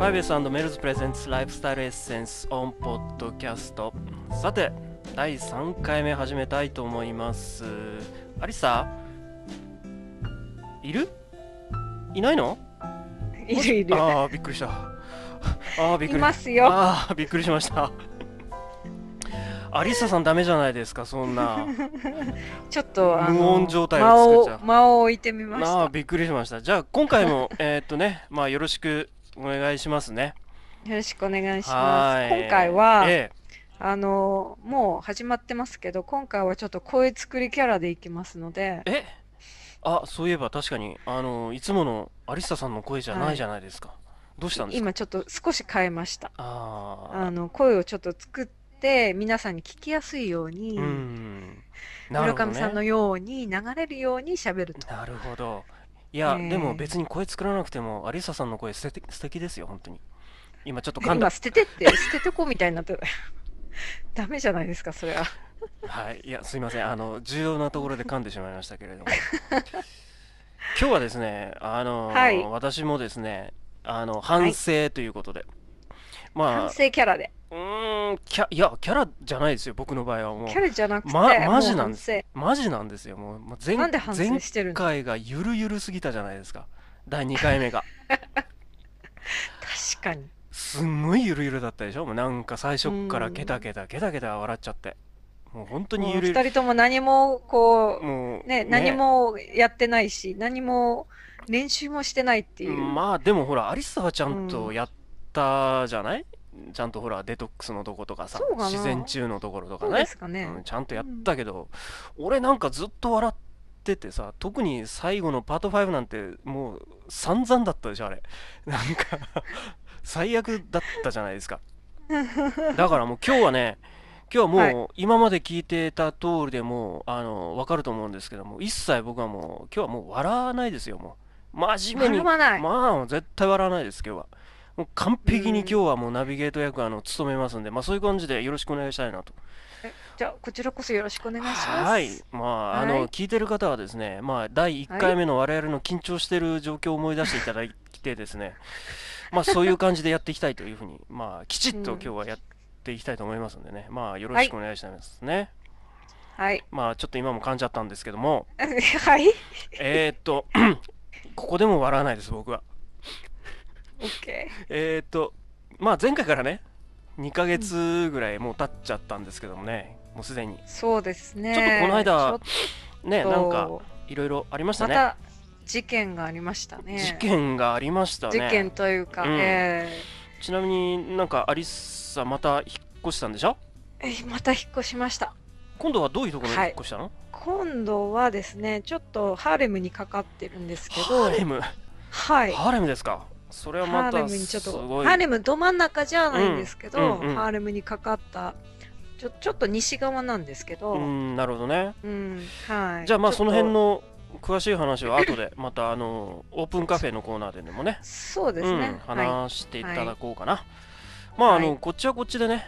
ライビウスメルズプレゼンツライフスタイルエッセンスオンポッドキャストさて第3回目始めたいと思いますアリサいるいないのいるいる。ああびっくりしたああびっくいりますよ。ああびっくりしましたアリサさんダメじゃないですかそん なちょっと、あの無音状態間を作っをちゃう間を置いてみましああた。びっくりしましたじゃあ今回もえーっとねまあよろしくお願いしますねよろしくお願いしはまーす。い今回は、えあの、もう始まってますけど、今回はちょっと声作りキャラでいきますので、ええあそういえば確かにあのいつものアリサさんの声じゃないじゃないですか、どうしたんですか今ちょっと少し変えました。あああの、声をちょっと作って、皆さんに聞きやすいように、うんなる村ほど上さんのねように流れるように喋ると。なるほどいや、えーでも別に声作らなくてもアリサさんの声素敵素敵ですよ本当に今ちょっと噛んだ今、捨ててって、 捨ててこみたいになってる。 ダメじゃないですか、それは。はい、いや、すいません、あの、重要なところで噛んでしまいましたけれども。 今日はですね、あの、はい私もですね、あの、反省ということで。まあ反、省キャラで。うーん、キャ、いや、キャラじゃないですよ、僕の場合はもうキャ。ラじゃなくて、まマジもうなんで反省。マジなんですよ、もう、もう前、なんで反省前してるの回がゆるゆるすぎたじゃないですか。第2回 目が。確かに。すんごいゆるゆるだったでしょ、もうなんか最初っからケタケタケタケタ笑っちゃって。もう本当にもうゆるゆ二る。人とも何もこもうう、ね、何もやってないし、何も練習もしてないっていう。まあでもほらアリサはちゃんうとんやったじゃない、ちゃんとほらデトックスのとことかさそうかな自然中のところとかそうねですかね。うんちゃんとやったけど、俺なんかずっと笑っててさ特に最後のパート5なんてもう散々だったでしょあれ なんか最悪だったじゃないですかだからもう今日はね今日はもう今まで聞いてた通りでもうあの分かると思うんですけども一切僕はもう今日はもう笑わないですよもう真面目笑にわない。まあ、絶対笑わないです、今日は。もう完璧に今日はもうナビゲート役あの務めますんで、まあそういう感じでよろしくお願いしたいなと。じゃあ、こちらこそよろしくお願いします。はい。まあ、あはいの、聞いてる方はですね、まあ、第1回目の我々の緊張してる状況を思い出していただいてです ね、まあそういう感じでやっていきたいというふうに、まあ、きちっとうん今日はやっていきたいと思いますんでね、まあよろしくお願いしたいですね。はい。 まあちょっと今も噛んじゃったんですけども、はい。えーっと、 ここでも笑わないです、僕は。オッケえー、っと、まあ前回からね、2ヶ月ぐらいもう経っちゃったんですけどもね、もうすでに。ー。そうですね。ちょっとこの間ちね、ょっとなんかいろいろありましたまね。た事件がありましたね。事件がありました事件ね。というか、うんえちなみになんかアリサまた引っ越したんでしょーえまた引っ越しました。今度はどういうところに引っ越したの、今度はですね、ちょっとハーレムにかかってるんですけハどー、レム、はい。ハーレムですかそれはハまーレたムにちょっすとごい。ハーレムど真ん中じゃないんですけど、うんうんうんハーレムにかかったちょちょっと西側なんですけど、ううんん、なるほどね。はい、じゃあまあちょそっのと辺の詳しい話は後で、またあの、オープンカフェのコーナーででもね、そうですうん、ね、は話していただこうかな。まあ、あの、はいこっちはこっちでね、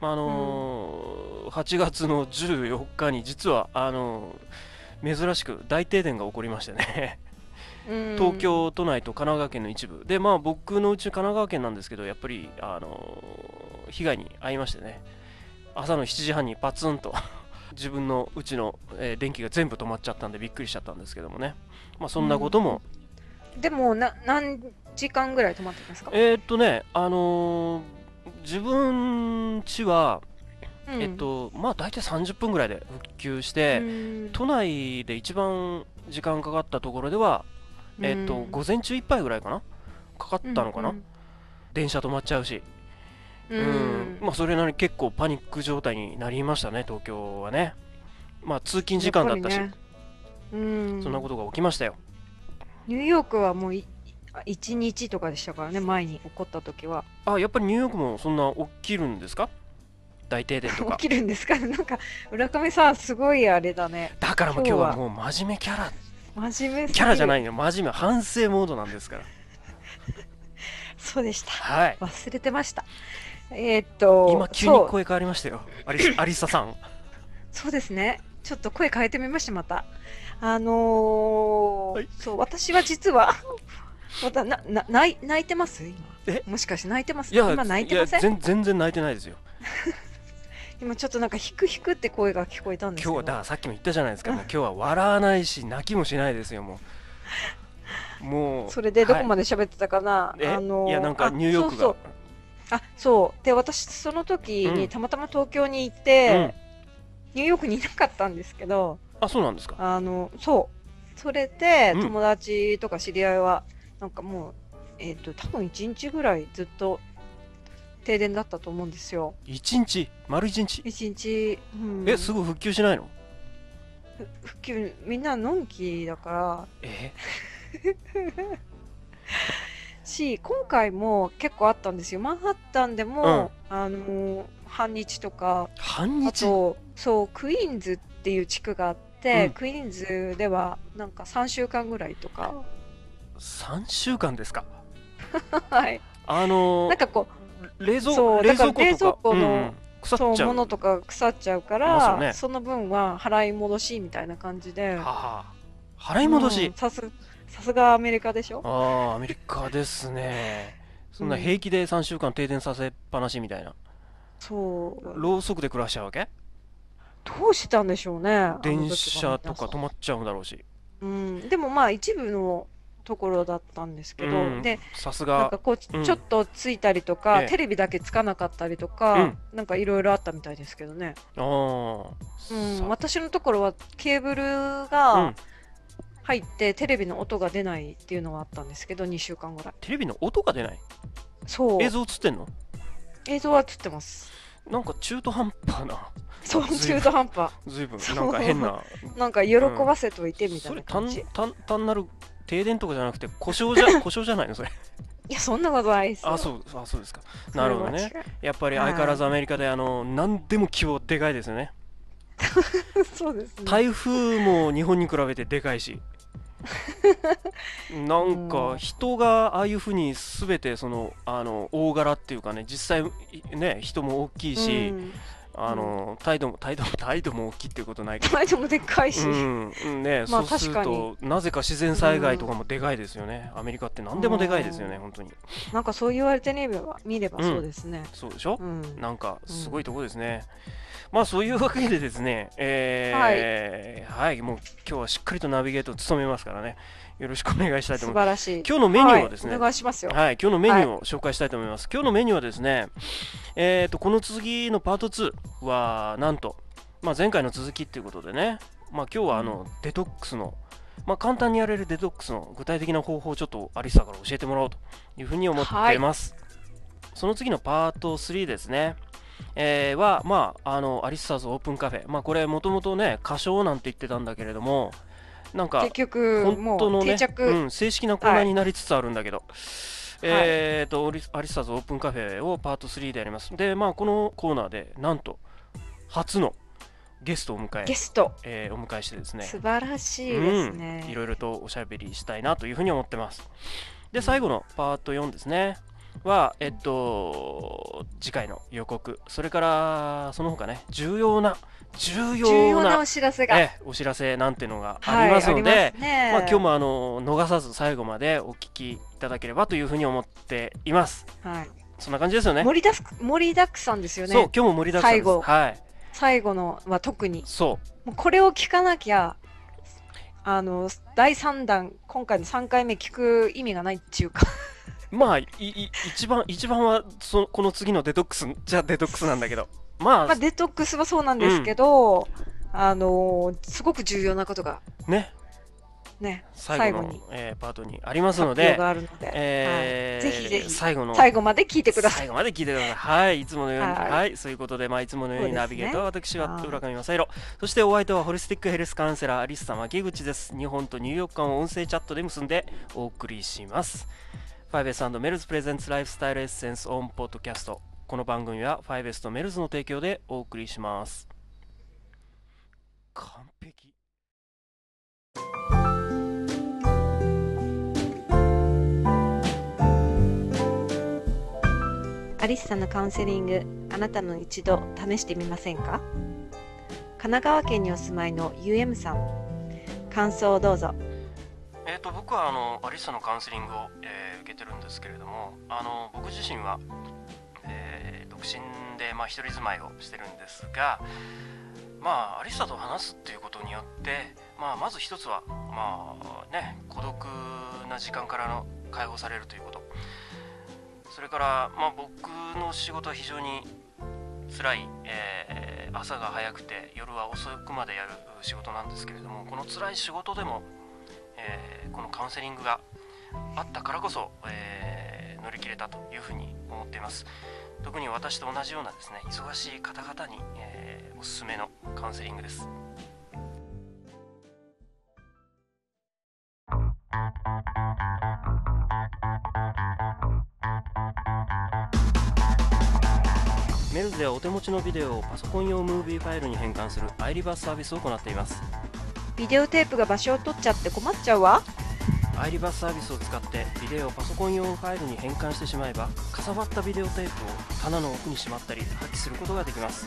まああのー8月の14日に実はあのー珍しく大停電が起こりましてね、いうん東京都内と神奈川県の一部で、まあ、僕のうち神奈川県なんですけど、やっぱり、あのー被害に遭いましてね、朝の7時半にパツンと 自分のうちの、えー電気が全部止まっちゃったんでびっくりしちゃったんですけどもね、まあ、そんなこともでもな何時間ぐらい泊まってますか、えーっとね、あのー自分家は、うんえっと、まあ大体30分ぐらいで復旧して、うん都内で一番時間かかったところでは、えっと、うん午前中いっぱいぐらいかなかかったのかな、うん電車止まっちゃうし、うんうんまあそれなりに結構パニック状態になりましたね、東京はね。まあ通勤時間だったし、やっぱりねうん、そんなことが起きましたよ。ニューヨークはもうい1日とかでしたからね前に起こった時はあ、やっぱりニューヨークもそんな起きるんですか大停 電とか。起きるんですかねなんか村上さんすごいあれだねだからもう今日はもう真面目キャラ真面目キャラじゃないいの真面目反省モードなんですからそうでしたはい忘れてました。えーっと、今急にそう声変わりましたよアリスアリサさんそうですね。ちょっと声変えてみました、また。あのーはいそう、私は実は、またなな泣い泣いてます今えもしかして泣いてますいや 今泣いてませいんや全全然泣いてないですよ今ちょっとなんかひくひくって声が聞こえたんですけ今日はどだからさっきも言ったじゃないですか、もう今日は笑わないし泣きもしないですよも うもうそれでどこまで、で喋ってたかな、はいえあのいやなんかニューヨークあがそうそうあそうで私その時うにんたまたま東京に行っうんて、ニューヨークにいなかったんですけどあそうなんですかあのそうそれでうん友達とか知り合いは、なんかもうえっ、と多分1日ぐらいずっと停電だったと思うんですよ一日丸一日1日、うん、えすぐ復旧しないの復旧みんなのんきだからえし今回も結構あったんですよマンハッタンでも、あのー半日とか半あ日とそうクイーンズっていう地区があって、うんクイーンズではなんか3週間ぐらいとか3週間ですか はいあのーなんかこ冷蔵そう冷蔵庫とかだから冷蔵庫のうんうん腐っうそうちゃう物とか腐っちゃうかますよら、ねその分は払い戻しみたいな感じではあ払い戻し、うんさすさすがアメリカでしょああアメリカですねそんな平気で3週間停電させっぱなしみたいな、そうろうそくで暮らしちゃうわけどうしたんでしょうねあの時は電車とか皆さん止まっちゃうんだろうしうん、でもまあ一部のところだったんですけど、うんでさすなんがかこう、うんちょっとついたりとか、ええテレビだけつかなかったりとか、なんかいろいろあったみたいですけどね、ああうんさ私のところはケーブルうんが入って、テレビの音が出ないっていうのがあったんですけど2週間ぐらいテレビの音が出ないそう映像映ってんの映像は映ってますなんか中途半端なそう随分中途半端随分そうなんか変ななんか喜ばせといてみたそいれな感単じ、い単単なる停電とかじゃなくて故障じ ゃ故障じゃないのそれやそんなことないですよあそうあそうですかなるほどねそれは違やっぱり相変わらずアメリカであの何でも規模でかいですよねう そうですね台風も日本に比べてでかい しなんうかん人がああいうふうに全てそのあの大柄っていうかね実際いね人も大きいし、うん、あの態度も態度も態度も大きいっていうことないけど。前でもでっかいし、うんね、まあそうする確となぜか自然災害とかもでかいですよね、アメリカって何でもでかいですよね、うん本当になんかそう言われてみれば見ればそうですね。そうでしょ、うん。なんかすごいとこですね。まあそういうわけでですね、えーはい、もう今日はしっかりとナビゲートを務めますからね、よろしくお願いしたいと素思います。晴らしい。今日のメニューはですね、はい、おい、願いしますよ。今日のメニューを紹介したいと思います。今日のメニューはですね、えー、とこの次のパート2はなんと、まあ、前回の続きっていうことでね、まあ、今日はあのデトックスの、まあ、簡単にやれるデトックスの具体的な方法をちょっとアリサから教えてもらおうというふうに思っています、その次のパート3ですねえーは、まあ、あのアリスターズオープンカフェ、まあ、これもともとね歌唱なんて言ってたんだけれどもなんか結局本当ものうね定、着、うん、正式なコーナーになりつつあるんだけど、えーとオリアリスターズオープンカフェをパート3でやりますでまあこのコーナーでなんと初のゲストをお迎えゲスト、えーお迎えしてですね素晴らしいですね。うん、いろいろとおしゃべりしたいなというふうに思ってますで最後のパート4ですねはえっと次回の予告それからその他ね重要な重重要要ななお知らせが、ええお知らせなんてのがはあいりますので、ありますねまあ、今日もあの逃さず最後までお聞きいただければというふうに思っています。はいそんな感じですよね。盛りだす盛りだくさんですよそう、ね今。日も盛りだくさんで最後す。はい。最後のは特にそもうこれを聞かなきゃあの第三弾今回の三回目聞く意味がないっていうか。う。まあ、いい一番、一番はその、この次のデトックス、じゃあデトックスなんだけど。まあ、まあ、デトックスはそうなんですけど、あのーすごく重要なことがね、ね最後の最後にえーパートにあります発の表で、があるので、えーはいぜひぜひ最後の、最後まで聞いてください。最後まで聞いてください。はい、いつものように。はいはい、そういうことで、まあ、いつものようにそうですねナビゲートは私ははい浦上正宏。そしてお相手はホリスティックヘルスカウンセラー、アリスさん牧口です。日本とニューヨーク間を音声チャットで結んでお送りします。5S& メルズプレゼンツライフスタイルエッセンスオンポッドキャスト。この番組は 5S とメルズの提供でお送りします。完璧。アリスさんのカウンセリングあなたも一度試してみませんか神奈川県にお住まいの UM さん感想をどうぞえー、と僕はあのアリサのカウンセリングを、えー受けてるんですけれどもあの僕自身は、えー独身で、まあ、一人住まいをしてるんですが、まあ、アリサと話すっていうことによって、まあ、まず一つは、まあね、孤独な時間からの解放されるということそれから、まあ、僕の仕事は非常に辛い、えー朝が早くて夜は遅くまでやる仕事なんですけれどもこの辛い仕事でもえーこのカウンセリングがあったからこそ、えー乗り切れたというふうに思っています特に私と同じようなですね忙しい方々に、えーおすすめのカウンセリングですメルズではお手持ちのビデオをパソコン用ムービーファイルに変換するアイリバースサービスを行っていますビデオテープが場所を取っちゃって困っちゃうわアイリバースサービスを使ってビデオをパソコン用ファイルに変換してしまえばかさばったビデオテープを棚の奥にしまったり破棄することができます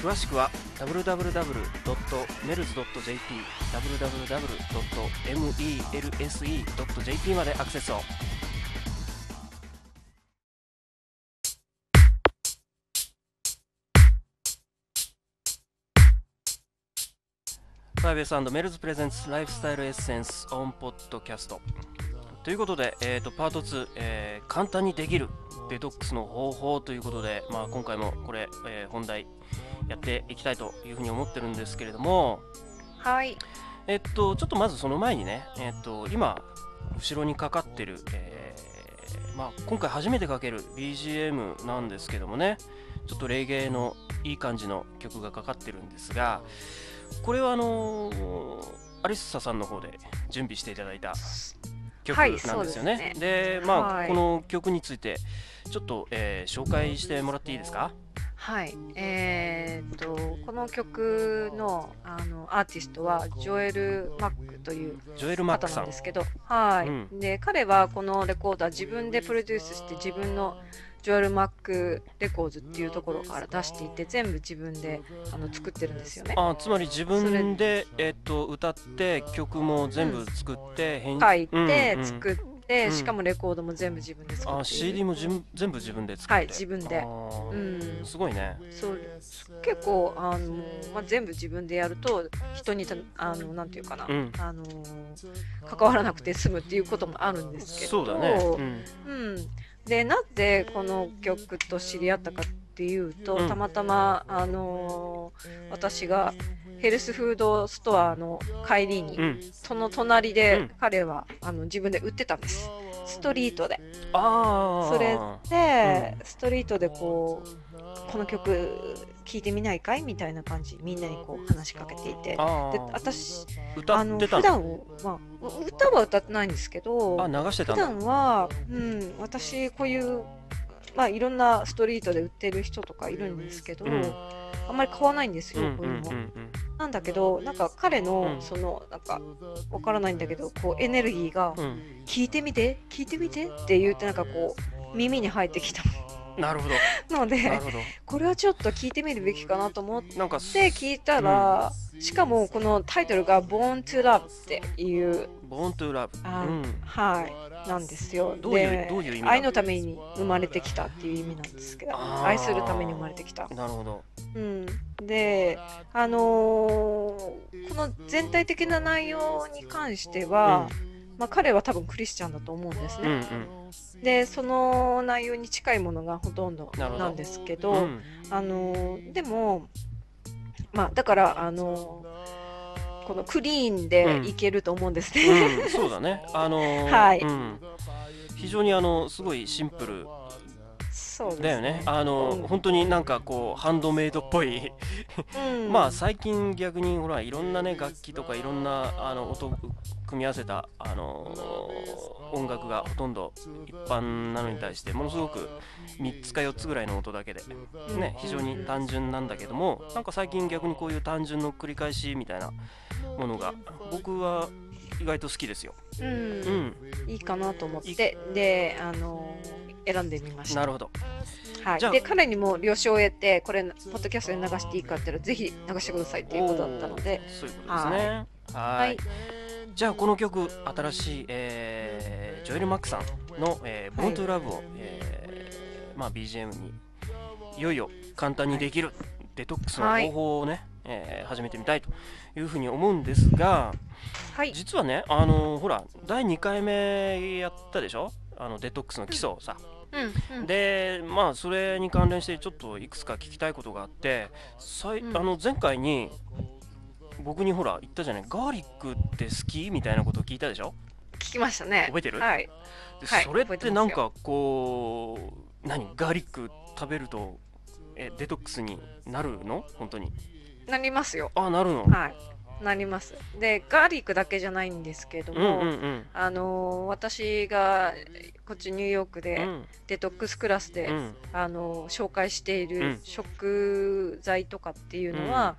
詳しくは www.melz.jp www.melse.jp までアクセスをバイベスメルズプレゼンツライフスタイルエッセンスオンポッドキャストということで、えー、とパート2、えー簡単にできるデトックスの方法ということで、まあ、今回もこれ、えー本題やっていきたいというふうに思ってるんですけれども、はいえっと、ちょっとまずその前にね、えっと、今、後ろにかかってる、えーまあ、今回初めてかける BGM なんですけどもね、ちょっとレゲエのいい感じの曲がかかってるんですが、これはあのーアリッサさんの方で準備していただいた曲なんですよね。そうですねでまあ、はいこの曲について、ちょっと、えー紹介してもらっていいですかはい、えーっとこの曲のあのアーティストはジョエル・マックというジョエル・マッ方クなさんんで。すけど、はい、うで彼はこのレコーダー自分でプロデュースして自分のジョエル・マックレコーズっていうところから出していて全部自分であの作ってるんですよね。あつまり自そ分れで、えっと歌って曲も全部作って編書いうんてうん作って、うんしかもレコードも全部自分で作ってあ CD もじゅん全部自分で作ってはい自分であーうんすごいねそう結構あの、まあ、全部自分でやると人にたあのなんていうかな、うんあの関わらなくて済むっていうこともあるんですけどそうだねうんうん、でなぜこの曲と知り合ったかっていうと、うんたまたま、あのー私がヘルスフードストアの帰りに、うんその隣うんで彼は、あの自分で売ってたんですストリートで。ああそれで、ストリートでこうこの曲聴いてみないかいみたいな感じみんなにこう話しかけていてであー私歌あっのてたの普段を、まあ、う歌は歌ってないんですけどあ流してた普んだ段は、うん、私こういう、まあ、いろんなストリートで売ってる人とかいるんですけど、うんあんまり買わないんですうんよ、うんこうういうんの。うんなんだけどなんか彼の、うんそのなんかわからないんだけどこうエネルギーがうん「聞いてみて聞いてみて」って言ってなんかこう耳に入ってきた なるほどのなるでほどこれはちょっと聞いてみるべきかなと思って。なんかす聞いたら、しかもこのタイトルが「Born to Love」っていうボーントゥーラブあうのんはい、なんですよ。どういうでどういう意味なの愛のために生まれてきたっていう意味なんですけど、あー愛するために生まれてきた。なるほどうん、で、あのーこの全体的な内容に関しては、まあ、彼は多分クリスチャンだと思うんですうんうね。んで、その内容に近いものがほとんどなるほどなんですけうど、んあのーでも、まあ、だから、あのーこのクリーンでいけると思うんですね。うん、そうだね。あのーはいうん、非常にあのすごいシンプル そうですだよね。あのーうん本当になんかこうハンドメイドっぽい。うんまあ最近逆にほらいろんなね楽器とかいろんなあの音を組み合わせたあのー音楽がほとんど一般なのに対してものすごく3つか4つぐらいの音だけでね非常に単純なんだけどもなんか最近逆にこういう単純の繰り返しみたいなものが僕は意外と好きですよ。うん、うん、いいかなと思ってであの選んでみましたなるほど。はいじゃあで彼にも了承を得てこれポッドキャストで流していいかって言ったらぜひ流してくださいっていうことだったのでそういうことですね。はーい。はいじゃあこの曲新しい、えージョエル・マックさんの「えー、はい Born to Love を」えーまあ、BGM にいよいよ簡単にできる、デトックスの方法をね、えー始めてみたいというふうに思うんですがはい実はねあのーほら第2回目やったでしょあのデトックスの基礎をさ、うんうんでまあそれに関連してちょっといくつか聞きたいことがあってさいうんあの前回に僕にほら言ったじゃないガーリックって好きみたいなことを聞いたでしょ聞きましたね覚えてるはいではいそれっ覚えててまなすんよかこう何ガーリック食べるとえデトックスになるの本当になりますよあなるのはいなりますでガーリックだけじゃないんですけれどうんうんも、うんあのー私がこっちニューヨークうでんデトックスクラスで、うんあの紹介していうるん食材とかっていうのは、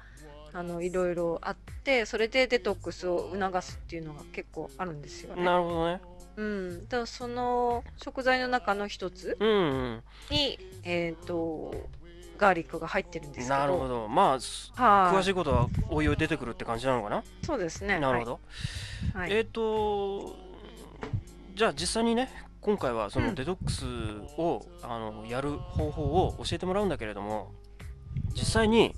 あのいろいろあってそれでデトックスを促すっていうのが結構あるんですよね。なるほどねうん、だからその食材の中の一つうんうんに、えー、とガーリックが入ってるんですけどなるほどまあすは詳しいことはおいおい出てくるって感じなのかないそうですねなるほどはいはいえっ、とじゃあ実際にね今回はそうのんデトックスを、あのやる方法を教えてもらうんだけれども実際に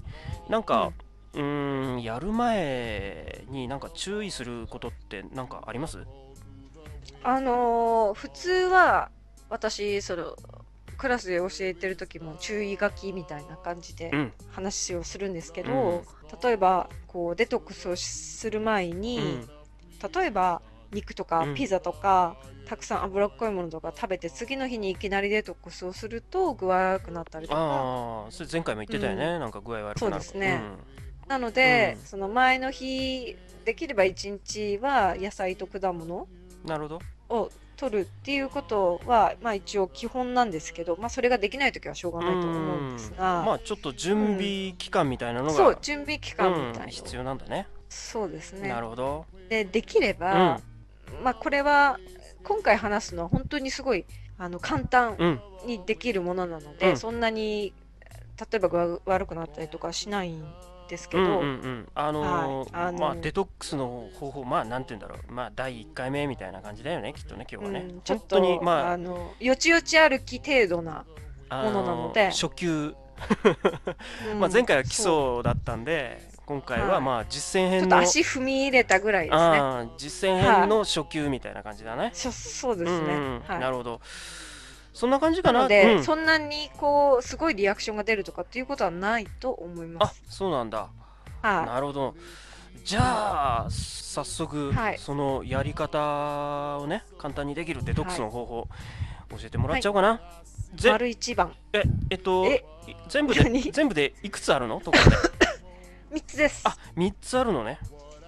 なんか、うーんやる前になんか注意することってなんかありますあのー普通は私そのクラスで教えてる時も注意書きみたいな感じでうん話をするんですけど、例えばこうデトックスをしする前に、うん例えば肉とかうんピザとか、たくさん脂っこいものとか食べて次の日にいきなりデトックスをすると具合悪くなったりとかああそれ前回も言ってたよね、なんか具合悪くなるそうですねなので、うんその前の日できれば1日は野菜と果物うんなるほどを取るっていうことは、まあ、一応基本なんですけど、まあ、それができない時はしょうがないと思うんですが、まあちょっと準備期間みたいなのが、そう準備期間みたうんい必な、要なんだねそうですねなるほどでできれば、まあ、これは今回話すのは本当にすごいあの簡単うんにできるものなので、うんそんなに例えば具合悪くなったりとかしないんですけど、うんうんうん、あのーはいあのーまあデトックスの方法まあなんて言うんだろうまあ第1回目みたいな感じだよねきっとね今日はね、うんちょ本っ当とにまあのよちよち歩き程度な、あものなのあでー初級、うんまあ前回は基そう礎だったんで今回ははいまあ実践ちょ編っとの、足踏み入れたぐらいですねあー実践編の初級みたいな感じだね、そそうでうすんね、うんはいなるほどそんな感じかななので、うんそんなにこうすごいリアクションが出るとかっていうことはないと思いまあす。そうなんだはなるほどじゃあ早速、はいそのやり方をね簡単にできるデトックスの方法、教えてもらっはいちゃおうかな、い。ぜ丸一番ええっとえい全部で何全部でいくつあるのところで三つです。あ3つあるのね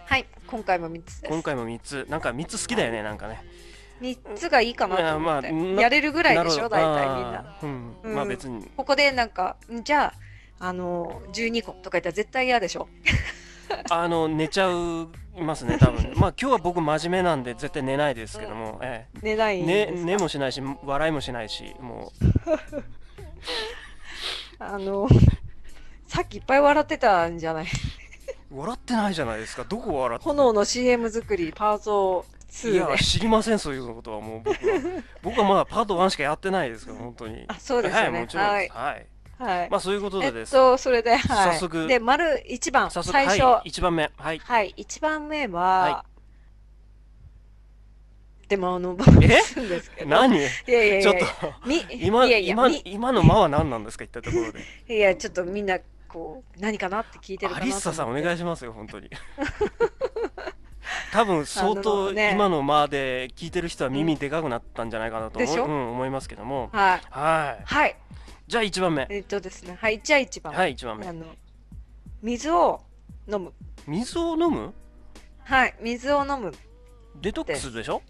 はい、今回も三つです今。回も3つなんか3つ好きだよねなんかね三つがいいかなと思って、いやまあなやれるぐらいでしなるほどょ大体みんな。あーうん、うんまあ別にここでなんかんじゃああの12個とか言ったら絶対嫌でしょ。あの寝ちゃいますね多分まあ今日は僕真面目なんで絶対寝ないですけど も、え寝ないえん寝ですか寝もしないし笑いもしないしもあの さっきいっぱい笑ってたんじゃないう笑ってないじゃないですかどこ笑って炎の CM 作りパートい2やで。知りませんそういうことはもう 僕は僕はまだパート1しかやってないですから本当にあそうですよはいねも。ちろんはでいす。はいはい。まあそういうことでえでっす、と、それで、はい、早速で、丸1番、早速最初、は、はい1番目はいい、1番目は、はでも、あの、バカにするんですけど、何いやいやいや、ちょっとみ、今いやいや、今み今の間は何なんですか言ったところ でいや、ちょっとみんな、こう、何かなって聞いてるかアなとリッ思って。サさんお願いしますよ本 当に多分相あ当のね今の間で聞いてる人は耳でかくなったんじゃないかなとでし思,、ょうん、思いますけどもはい。はいはい。じゃあ1番目えっとですね、はい、じゃあ1番、はい1番目あの、水を飲む。水を飲むはい、水を飲む。デトックスでしょ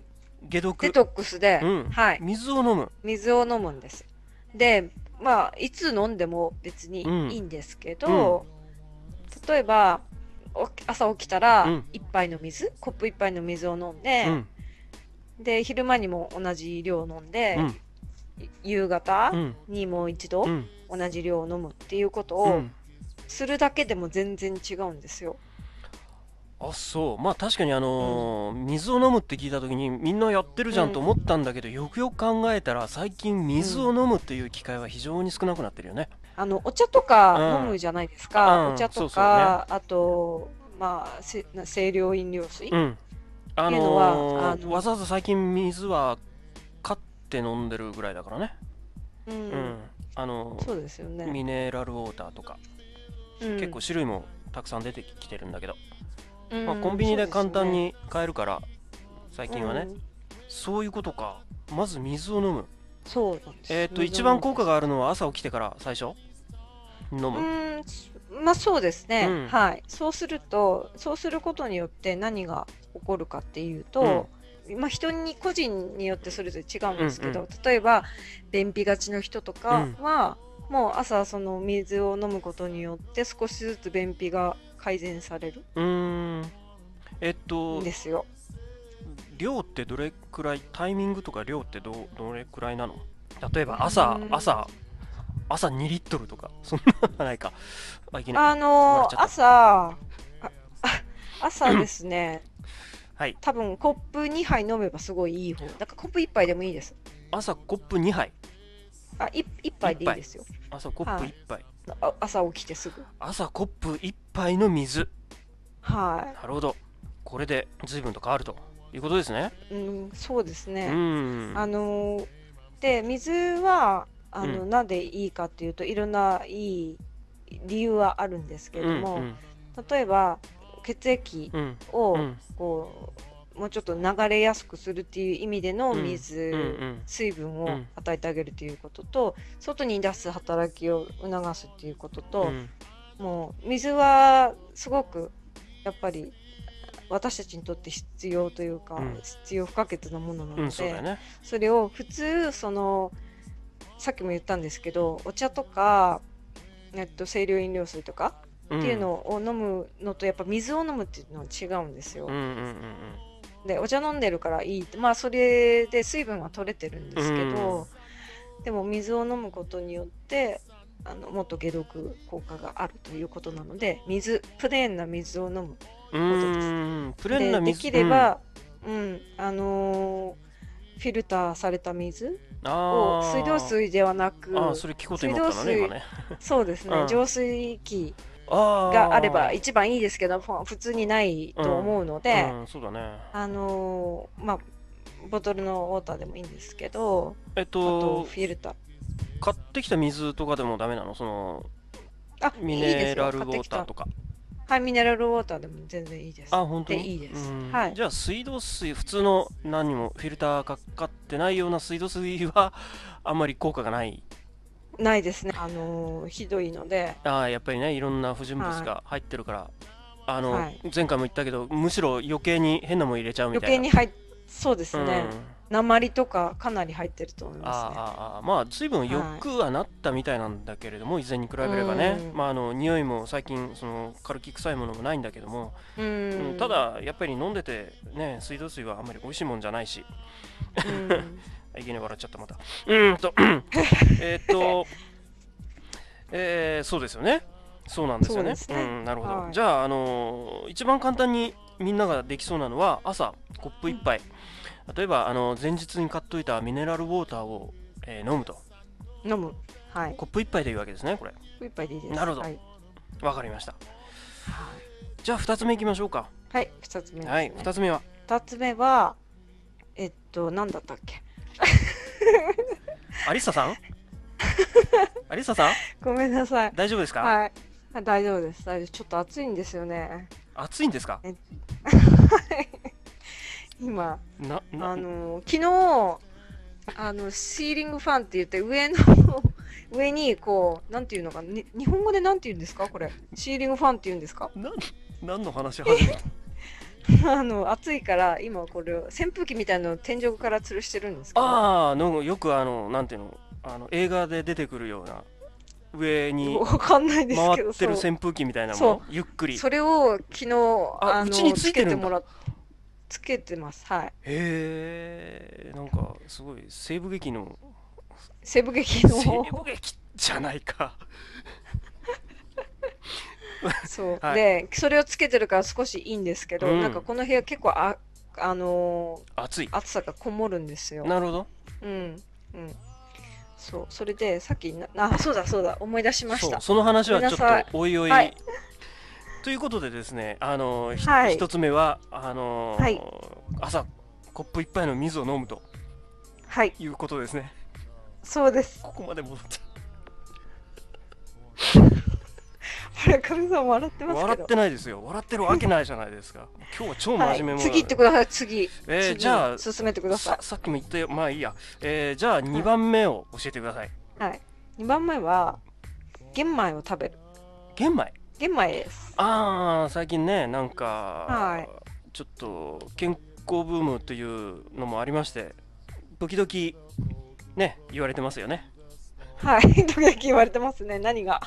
解毒デトックスで、うんはい、水を飲む水を飲むんです。で、まあ、いつ飲んでも別にうんいいんですけど、例えば、お朝起きたらうん一杯の水、コップ一杯の水を飲んでう、んで昼間にも同じ量飲んでう、んい夕方うんにもう一度うん同じ量を飲むっていうことうをんするだけでも全然違うんですよ。ああそうまあ確かにあのー水を飲むって聞いた時にみんなやってるじゃんと思ったんだけど、よくよく考えたら最近水を飲むっていう機会は非常に少なくなってるよね。あのお茶とか飲むじゃないですか、うんお茶とかそうそうねあとまあせな清涼飲料水、うん、あっていうのはのーあのわざわざ最近水は買って飲んでるぐらいだからね。うんうん、あのーそうですよね、ミネラルウォーターとか、うん結構、種類もたくさん出てきてるんだけど、うんまあ、コンビニで簡単に買えるから、最近はね、うんそういうことかまず水を飲むそうなんですえっ、と一番効果があるのは朝起きてから最初飲む、うんまあそうですね、うんはいそうするとそうすることによって何が起こるかっていうと、まあ人に個人によってそれぞれ違うんですけど、うん例えば便秘がちの人とかは、もう朝その水を飲むことによって少しずつ便秘が改善されるうーんえっんとですよ。量ってどれくらいタイミングとか量ってどどれくらいなの例えば朝うん朝朝2リットルとか そんなないかあいけないあの終ーわっち朝ああ朝ですね はい多分コップ2杯飲めばすごいいい方だからコップ1杯でもいいです朝コップ2杯あい1杯でいいですよ朝コップ1杯、あ朝起きてすぐ朝コップ1杯の水はなるほどこれで随分と変わるということですねい、うん、そうですうね。んあのーで水はあの、うなんでいいかっていうといろんないい理由はあるんですけれども、うん例えば血液うんをうんうんこう、もうちょっと流れやすくするっていう意味でのうん水、うん水分うをん与えてあげるということと、外に出す働きを促すっていうことと、うんもう水はすごくやっぱり私たちにとって必要というか、うん必要不可欠なものなので、うんそうだよねそれを普通そのさっきも言ったんですけどお茶とか、えっと、清涼飲料水とかってっていうのを飲むのとやっぱ水を飲むっていうのは違うんですよ。うんうんうんでお茶飲んでるからいいってまあそれで水分は取れてるんですけど、でも水を飲むことによってあのもっと解毒効果があるということなので水プレーンな水を飲むうんうんプレーンなでで水きれば、うんあのーフィルターされた水うんあをー水道水ではなくあーそれ聞こうと思ったのね水道水今ねそうですね、うん浄水器あーがあれば一番いいですけどふ普通にないと思うので。うん、そうだねあのーまあボトルのウォーターでもいいんですけどえっあととフィルター買ってきた水とかでもダメなのそのあミいいでネすよラルウォ買ってーきターたとかはいミネラルウォーターでも全然いいですあ本当にでいいですうんはいじゃあ水道水普通の何もフィルターかかってないような水道水はあんまり効果がないないですねあのーひどいのであーやっぱりねいろんな不純物が入ってるから、あの、はい前回も言ったけどむしろ余計に変なもん入れちゃうみ余たい計なに入っそうですね、うん鉛とかかなり入ってると思いますねあーあーあーまあ随分よくはなったみたいなんだけれども、以前に比べればね、うんまあ、あの匂いも最近その軽き臭いものもないんだけども、ううんんただやっぱり飲んでてね水道水はあんまり美味しいもんじゃないしうんあいけね笑っちゃったまたうーん とえーっとえーそうですよねそうなんですよねそうですねん、なるほど、はいじゃあ、あのー一番簡単にみんなができそうなのは朝コップ1杯、例えば、あの前日に買っといたミネラルウォーターを、えー飲むと飲むはいコップ1杯でいいわけですねこれ一杯でいいですなるほどはい、わかりましたはじゃあ2つ目いきましょうかいはい、2つ目ですね、はい2つ目は2つ目はえっと何だったっけ アリサさんアリサさんごめんなさい大丈夫ですか、はいあ大丈夫です大丈夫ちょっと暑いんですよね暑いんですか今ななあの昨日あのシーリングファンって言って上の 上にこうなんていうのかな、に日本語でなんて言うんですかこれシーリングファンって言うんですか な何の話始めたあの暑いから今これを扇風機みたいなのを天井から吊るしてるんですけどああのよくあのなんていうのあの映画で出てくるような上に わかんないです回けどってるそ扇風機みたいなもそのゆっくうりそれを昨日あうちについてるんだつけてもらっつけてますはいへえんかすごい西部劇の西部劇西の 部劇じゃないか そう、はいでそれをつけてるから少しいいんですけど、うんなんかこの部屋結構ああの暑いー暑さがこもるんですよ。なるほどうんうん。そうそれでさっきなあそうだそうだ思い出しましそたう。その話はちょっごめんなさとおいおい、はいということでですねあのひ一、はいつ目はあのーはい朝コップ一杯の水を飲むとはいいうことですねそうです。ここまで戻って村上さん笑ってますけど。笑ってないですよ笑ってるわけないじゃないです か今日は超真面目も、はい、次行ってください次。えー次じゃあ進めてくださささっきも言ったよまあいいや、えーじゃあ2番目を教えてください、い。はい。二番目は玄米を食べる。玄米玄米です。ああ最近ねなんか、はちょっと健康ブームというのもありまして時々ね言われてますよねはい。時々言われてますね。何が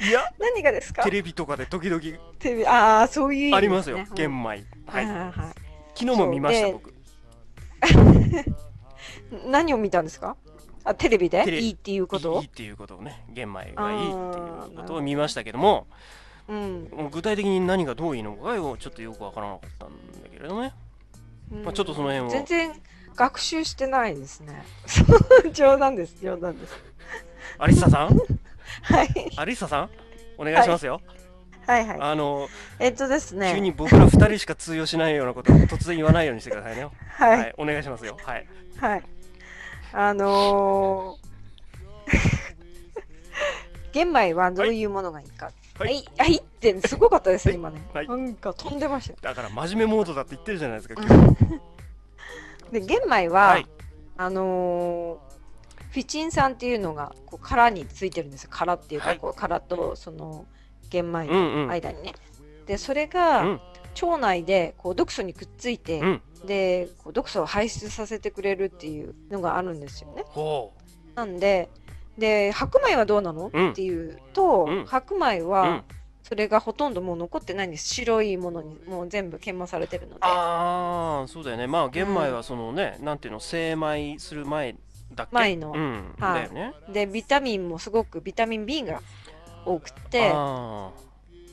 いや何がですかテ。レビとかで時々テレビああそういう意味ありますよですね玄米ははいいはい昨は日も見ましそたうで僕い。何を見たんですか。あテレビでテレビいいっていうこといい。っていうことをね玄米がいいってあいうーことを見ましたけどもうん。もう具体的に何がどういいのかよちょっとよくわからなかったんだけれどねうんまあちょっとその辺を全然学習してないです ね。冗談です冗談です。アリッサさ んはいアリッサさんお願いしますよ、はいはい。あのえっとです急にね。僕ら2人しか通用しないようなことを突然言わないようにしてくださいねははい、いお願いしますよはいはい。あのー 玄米はどういうものがいいか。ははいいはいってすごかったですねはい今ね。はいなんか飛んでましたよ。だから真面目モードだって言ってるじゃないですか君で玄米は、はいあのーフィチン酸っていうのがこう殻についてるんですよ殻っていうか、はいこう殻とその玄米うのんうん間にね。でそれが、うん腸内でこう毒素にくっついて、うんでこう毒素を排出させてくれるっていうのがあるんですよね。ほなんでで白米はどうなの、うんっていうと、うん白米ううはんそれがほとんどもう残ってないんです白いものにもう全部研磨されてるので。ああそうだよねまあ玄米はそのね、なんていうの精米する前だっけ前のうん、はだいよねでビタミンもすごくビタミン B が多くてあ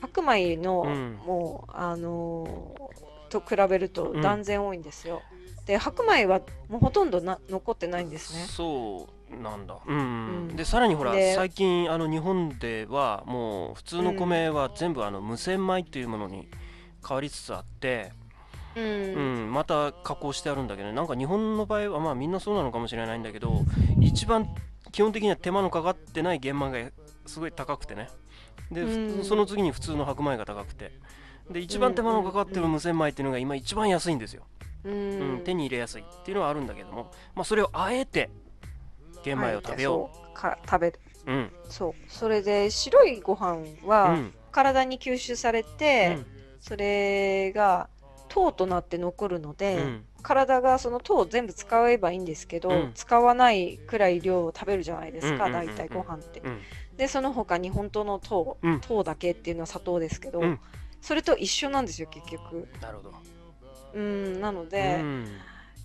白米の、うんもうあのーと比べるとうん断然多いんですよ、で白米はもうほとんどな残ってないんでーすねそうなんだ、うんうんでさらにほらで最近あの日本ではもう普通の米は全部あの無洗米っていうものに変わりつつあって、ううんん、また加工してあるんだけどなんか日本の場合はまあみんなそうなのかもしれないんだけど一番基本的には手間のかかってない玄米がすごい高くてねで、うんふその次に普通の白米が高くてで一番手間のかかってる無洗米っていうのが今一番安いんですようんうん、手に入れやすいっていうのはあるんだけども、まあ、それをあえて玄米を食べようか食べるう。うん、そうそれで白いご飯うはん、体に吸収されて、それが糖となって残るのうで、ん、体がその糖を全部使えばいいんですけど、うん使わないくらい量を食べるじゃないですか、うんうんうんうだいんたいご飯って。うん、でその他に本当の糖、うん糖だけっていうのは砂糖ですけど、うんそれと一緒なんですよ結局。なるほど。うんなのうで,、ん、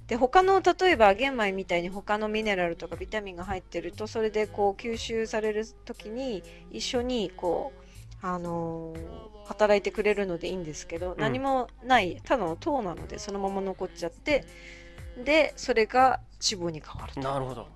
で他の例えば玄米みたいに他のミネラルとかビタミンが入ってるとそれでこう吸収される時に一緒にこう、あのー働いてくれるのでいいんですけど、ん何もないただの糖なのでそのまま残っちゃってでそれが脂肪に変わると。なるほど。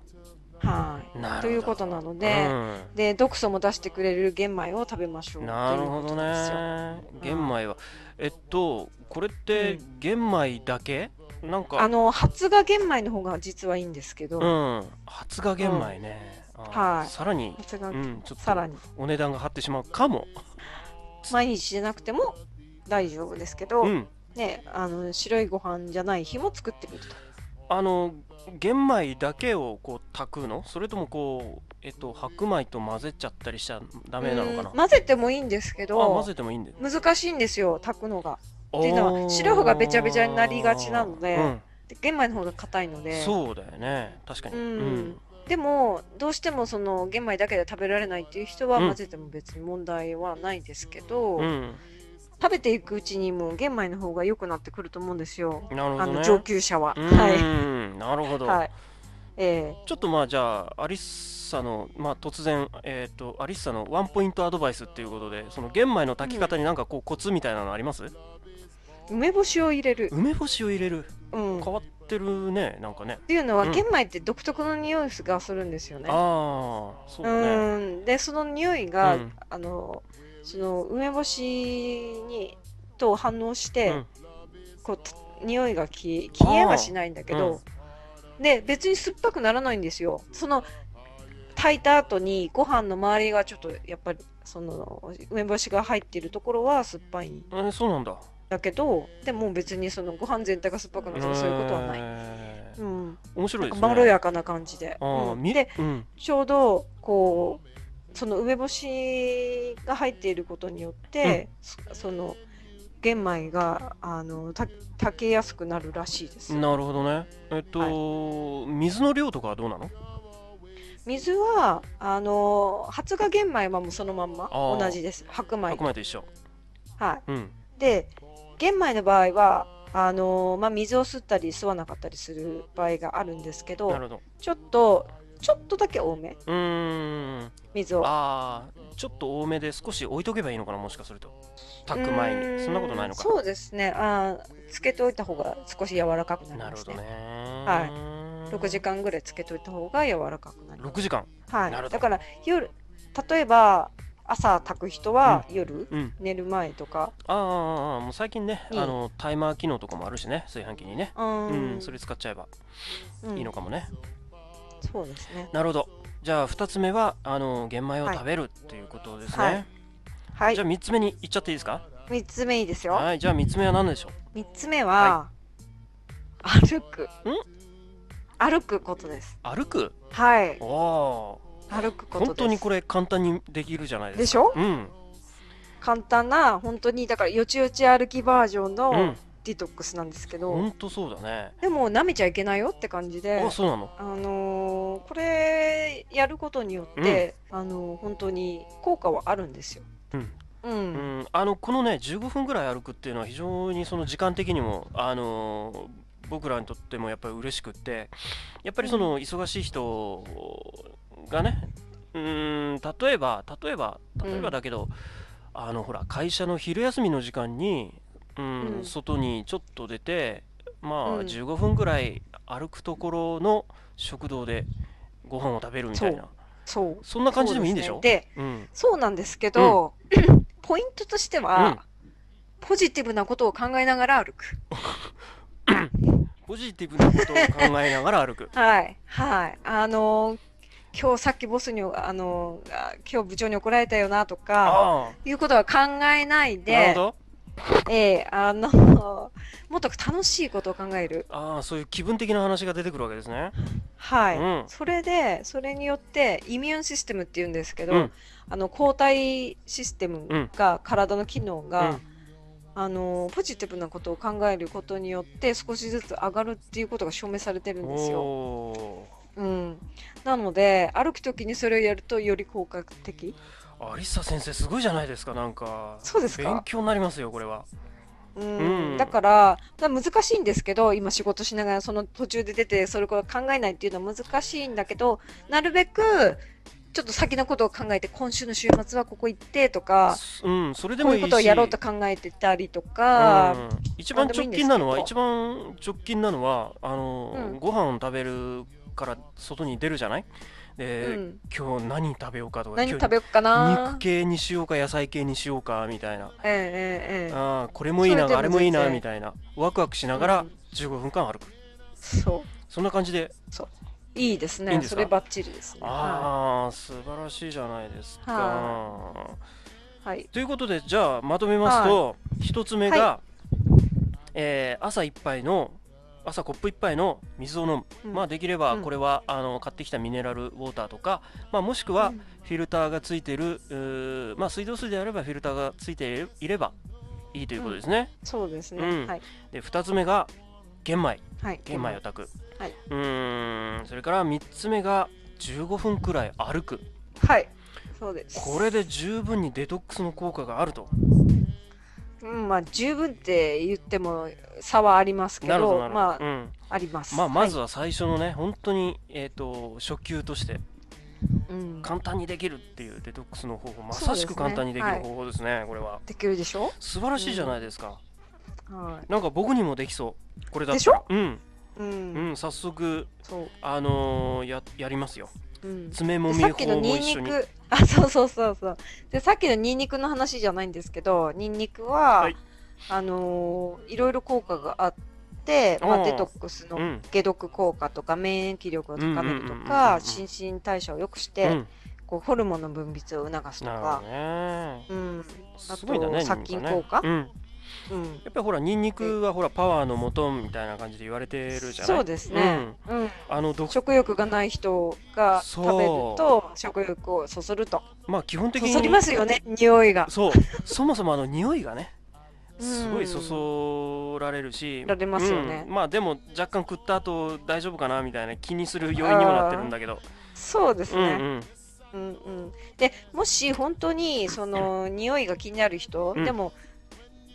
はいなるほど。ということなので。で毒素も出してくれる玄米を食べましょう、うんなるほどということですよね。玄米は、えっと、これってう玄米だけ、なんあか、の発芽玄米の方が実はいいんですけど、うん、発芽玄米ね。あはいさらに、発芽、うん、ちょっさらとにお値段が張ってしまうかも。毎日じゃなくても大丈夫ですけど、うん。ねあの白いご飯じゃない日も作ってみるとあの玄米だけをこう炊くのそれともこう、えっと、白米と混ぜちゃったりしちゃダメなのかなうん混ぜてもいいんですけあ混どぜてもいいんだよ難しいんですよ炊くのっがていうのは白がべちゃべちゃになりがちなのでうん、で玄米の方が硬いのでそうだよね確かに、ううんんでもどうしてもその玄米だけで食べられないっていう人はうん混ぜても別に問題はないですけど、うん食べていくうちにもう玄米の方が良くなってくると思うんですよなるほあどねの上級者は、うんはいなるほど、はい。ええちょっとまあじゃあアリッサのまあ突然えっ、とアリッサのワンポイントアドバイスっていうことでその玄米の炊き方になんかこうコツみたいなのあります、え梅干しを入れる、梅干しを入れるうん、っ変わってるねなんかねていうのは、うん玄米って独特の匂いがするんですよね。ああそううねんでその匂いが、うんあのその梅干しにと反応して、うんこうた匂いが消え消えはしないんだけど、で別に酸っぱくならないんですよその炊いた後にご飯の周りがちょっとやっぱりその梅干しが入ってるところは酸っぱいんえーそうなんだだけどでも別にそのご飯全体が酸っぱくなるとかそういうことはない、えうーん、面白いですねまろやかな感じで、あーうんみでうんちょうどこうその梅干しが入っていることによって、そその玄米があのた炊けやすくなるらしいです。なるほどねえっと、水の量とかはどうなの水はあの発芽玄米はもうそのまんまあー同じです白米白米と一緒はうんいで玄米の場合はあのまあ、水を吸ったり吸わなかったりする場合があるんですけなどるほどちょっとちょっとだけ多めうーん水をあーちょっと多めで少し置いとけばいいのかなもしかすると炊くう前ーにそんなことないのかそうですねあーつけておいた方が少し柔らかくなりなるまほすどねねはい6時間ぐらいつけておいた方が柔らかくなります6時間はいなるほどだから夜例えば朝炊く人は夜、うん寝る前とかあーあーあーもう最近ね、うんあのタイマー機能とかもあるしね炊飯器にねうんうん、それ使っちゃえばうんいいのかもね、そうですねなるほどじゃあ2つ目はあの玄米を食べるっていうことですね、はいはいじゃあ3つ目にいっちゃっていいですか三つ目いいですよ。はいじゃあ3つ目は何でしょう三つ目は、歩く。歩くことです。歩くはい、おお歩くことです。本当にこれ簡単にできるじゃないでですしょかうん簡単な本当にだからよちよち歩きバージョンうのんディトックスなんですけど、本当そうだねでも舐めちゃいけないよって感じであ、そうなのあのーこれやることによって、あのー本当に効果はあるんですよ。うんうんうんあのこのね15分ぐらい歩くっていうのは非常にその時間的にもあのー僕らにとってもやっぱり嬉しくってやっぱりその忙しい人がねうーん例えば例えば例えばだけど、あのほら会社の昼休みの時間にうん、うん外にちょっと出てまあうん15分ぐらい歩くところの食堂でご飯を食べるみたいなそうそんな感じでもいいんでしそょうすねでうんそうなんですけど、 ポイントとしてうんは、ポジティブなことを考えながら歩く。ポジティブなことを考えながら歩く。はい、はい。あのー今日さっきボスに、あのーあ今日部長に怒られたよなとか、あいうことは考えないあ、なるほで、ど。ええあのーもっと楽しいことを考える。ああ、そういう気分的な話が出てくるわけですね。はい。うんそれで、それによって、イミューンシステムって言うんですけど、うんあの、抗体システムが、体の機能うが、ん、あのポジティブなことを考えることによって少しずつ上がるっていうことが証明されてるんですよ。おうん、なので歩く時にそれをやるとより効果的。お、アリッサ先生すごいじゃないですか、なんか。そうですか勉強になりますよ、これは。うんうんだからだから難しいんですけど今仕事しながらその途中で出てそれから考えないっていうのは難しいんだけどなるべくちょっと先のことを考えて今週の週末はここ行ってとかうん、それでこもういいいうし。ことをやろうと考えてたりとか、うん、一番直近なのは、一番直近なのは、あの、うんご飯を食べるから外に出るじゃないで、うん、今日何食べようかとか、何今食日べよっか肉な。系にしようか、野菜系にしようか、みたいな。ええええええああこれもいいそれなでもあれもいいな全然みたいなワクワクしながらうん15分間歩く、そう。そんな感じでいいですね。いいんですそかれバッチリですね。はああ素晴らしいじゃないですか、ははい。はいということでじゃあまとめますと一つ目が、はえー朝一杯の朝コップ一杯の水を飲む、うんまあできればうんこれは、あの買ってきたミネラルウォーターとか、まあ、もしくはフィルターがついている、うーまあ、水道水であればフィルターがついていればいいということですね、そうですね。うんはい。で2つ目が玄米はい。玄米を炊く、はい、うーんそれから3つ目が15分くらい歩くはい。そうです。これで十分にデトックスの効果があるとうん、まあ十分って言っても差はありますけなるほど、などるほど。まあうんあります。まあ、まずはは最初のね、本当に、えっと、初級として、いうん、簡単にできるっていうデトックスの方法、まそうですねさしく簡単にできるはい方法ですね、これは。できるでしょ。素晴らしいじゃないですか。はい。なんか僕にもできそう。これだっでしたらょ。うん、う、うんん、早速、そう。あのー、や、やりますよ。うん。爪もでみさっきの法ニもン一緒ニに。ク、あ、そうそうそうそう。で、さっきのニンニクの話じゃないんですけど、ニンニクは、はいあのーいろいろ効果があって、あーまあ、デトックスうのん、解毒効果とか、免疫力を高めるとうんうんうんうんうか、ん心身代謝を良くしうて、ん、こうホルモンの分泌を促すとなるかほ、どね。うん、あすごいんだね、と殺菌ニンニク効は果、ねうん。うん、やっぱりほらニンニクはほらパワーのもとみたいな感じで言われてるじゃないそうですね、うんあの毒食欲がない人がそう食べると食欲をそそるとまあ基本的そにそりますよね匂いがそうそもそもあの匂いがねうんすごいそそられるしられますよねうんまあでも若干食った後大丈夫かなみたいな気にする要因にもなってるんだけどそうですうんね、うんうんうんでもし本当にその匂いが気になる人、うんでも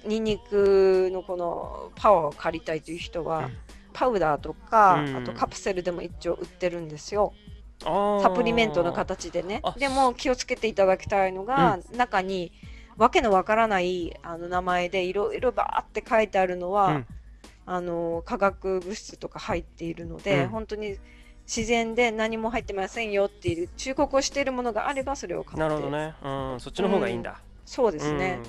ニンニクのこのパワーを借りたいという人は、うんパウダーとか、うんあとカプセルでも一応売ってるんですよあーサプリメントの形でねあ。でも気をつけていただきたいのが、中にわけのわからないあの名前でいろいろバーって書いてあるのは、うんあの化学物質とか入っているので、うん本当に自然で何も入ってませんよっていう忠告をしているものがあればそれを買ってなるほどねうんそっちの方がいいんだそうですね、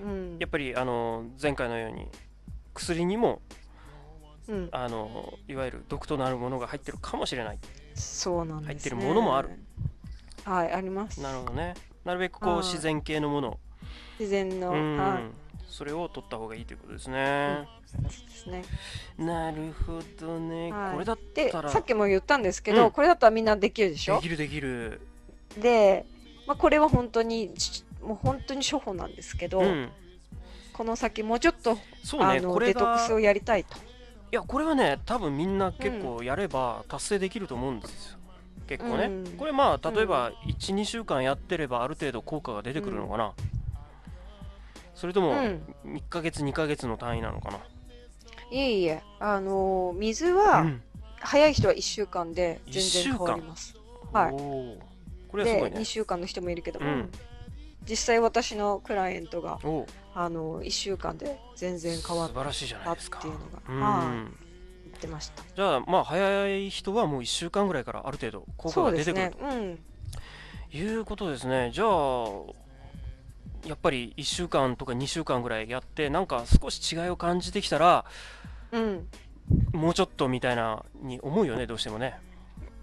うんうんやっぱりあの前回のように薬にもうんあのいわゆる毒となるものが入ってるかもしれないそうなんです、ね、入ってるものもあるはいありますなるほどね。なるべくこうはい自然系のもの、自然の、うんはいそれを取った方がいいということですね。そうですねなるほどね。はいこれだっでたらさっきも言ったんですけど、うんこれだったらみんなできるでしょできるできる。で、まあ、これは本当にちもう本当に処方なんですけど、うん。この先もうちょっと、そうあね。このれデトッがクスをいやりたいとやこれはね多分みんな結構やれば達成できると思うんですよ。結構ね、うんこれまあ例えば12、2週間やってればある程度効果が出てくるのかな、それともうん1ヶ月2ヶ月の単位なのかいえいえあのー水な、は、うん早い人は1週間で全然変わりますはいおーこれはすごで、いね2週間の人もいるけど、うんうん実際私のクライアントが、おーあのー、1週間で全然変わっ素晴らしいじゃなたいっですかていうのが、うんはい言ってましたじゃあまあ早い人はもう1週間ぐらいからある程度効果そがうで出すてくねるうんということですねじゃあやっぱり1週間とか2週間ぐらいやってなんか少し違いを感じてきたらうんもうちょっとみたいなに思うよねどうしてもね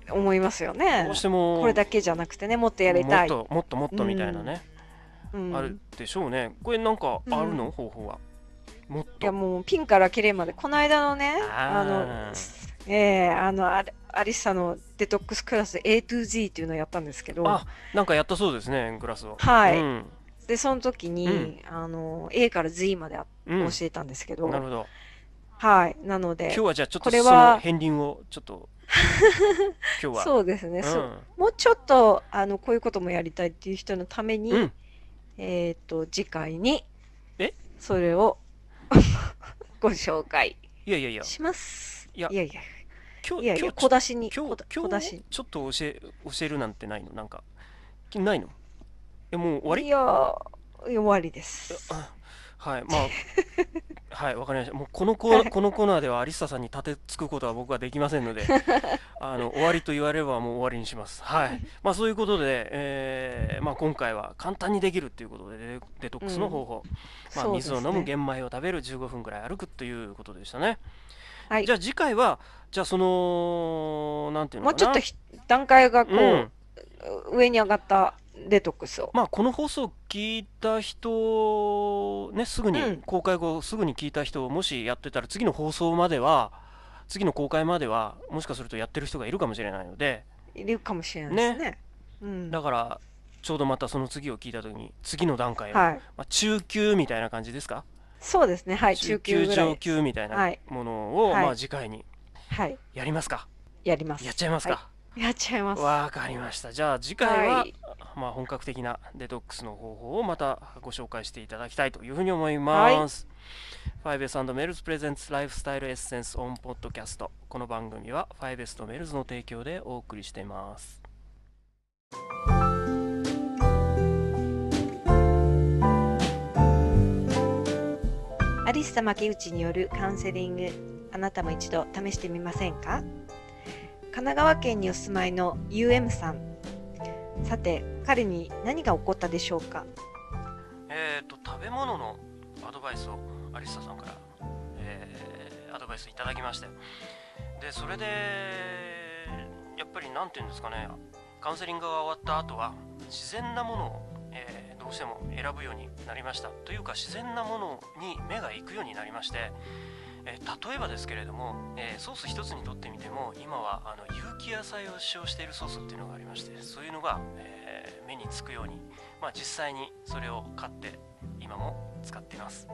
思いますよねどうしてもこれだけじゃなくてねもっとやりたいもっともっともっとみたいなね、うんあるでしょうねこれなんかあるの、うん方法はもっといやもうピンから綺麗までこの間のねああーのええあのあれアリサのデトックスクラス A to Z っていうのをやったんですけどあなんかやったそうですねグラスをはいうんでその時に、うんあの A から Z まであうん教えたんですけど、なるほどはいなので今日はじゃあちょっとこそれのは片鱗をちょっ と今日はそうですね、そううもうちょっとあのこういうこともやりたいっていう人のために、んうんえっ、と次回にえそれを ご紹介いやいやいやします。いやいやいや今い日やい今や日小出しにちょ今日小出小今出し日にちょっと教え教えるなんてないのなんかないのえもう終わいりやーいや終わりです。あはいま あはいわかりましたもうこのコーナーこのコーナーではアリスタさんに立てつくことは僕はできませんの であの終わりと言われればもう終わりにしますはいまあそういうことで、えーまあ、今回は簡単にできるということでデデトックスの方法、まあ、そうです水を飲むね玄米を食べる15分ぐらい歩くということでしたね。はいじゃあ次回はじゃあそのなんていうのもかうちなょっとひ段階がこう、うん上に上がったデトックスを。まあ、この放送を聞いた人、ね、すぐに、うん公開後すぐに聞いた人もしやってたら次の放送までは次の公開まではもしかするとやってる人がいるかもしれないのでいるかもしれないですね。うん、だからちょうどまたその次を聞いた時に次の段階の、はい。まあ、中級みたいな感じですか、そうですね。はい。中級ぐらい上級みたいなはいものを、はいまあ、次回にはい。やりますかやります。やっちゃいますか。やっちゃいます。はわかりましたじゃあ次回は、はいまあ、本格的なデトックスの方法をまたご紹介していただきたいというふうに思います、5S& メルズプレゼンツライフスタイルエッセンスオンポッドキャストこの番組は 5S とメルズの提供でお送りしていますアリスタ牧内によるカウンセリング、あなたも一度試してみませんか神奈川県にお住まいの UM さん。さて、彼に何が起こったでしょうかえっと食べ物のアドバイスをアリスタさんから、アドバイスいただきましたでそれでやっぱりなんていうんですかねカウンセリングが終わった後は自然なものを、えーどうしても選ぶようになりましたというか自然なものに目が行くようになりまして、えー例えばですけれども、えーソース一つにとってみても今はあの有機野菜を使用しているソースっていうのがありましてそういうのが、えー目につくように、まあ、実際にそれを買って今も使っています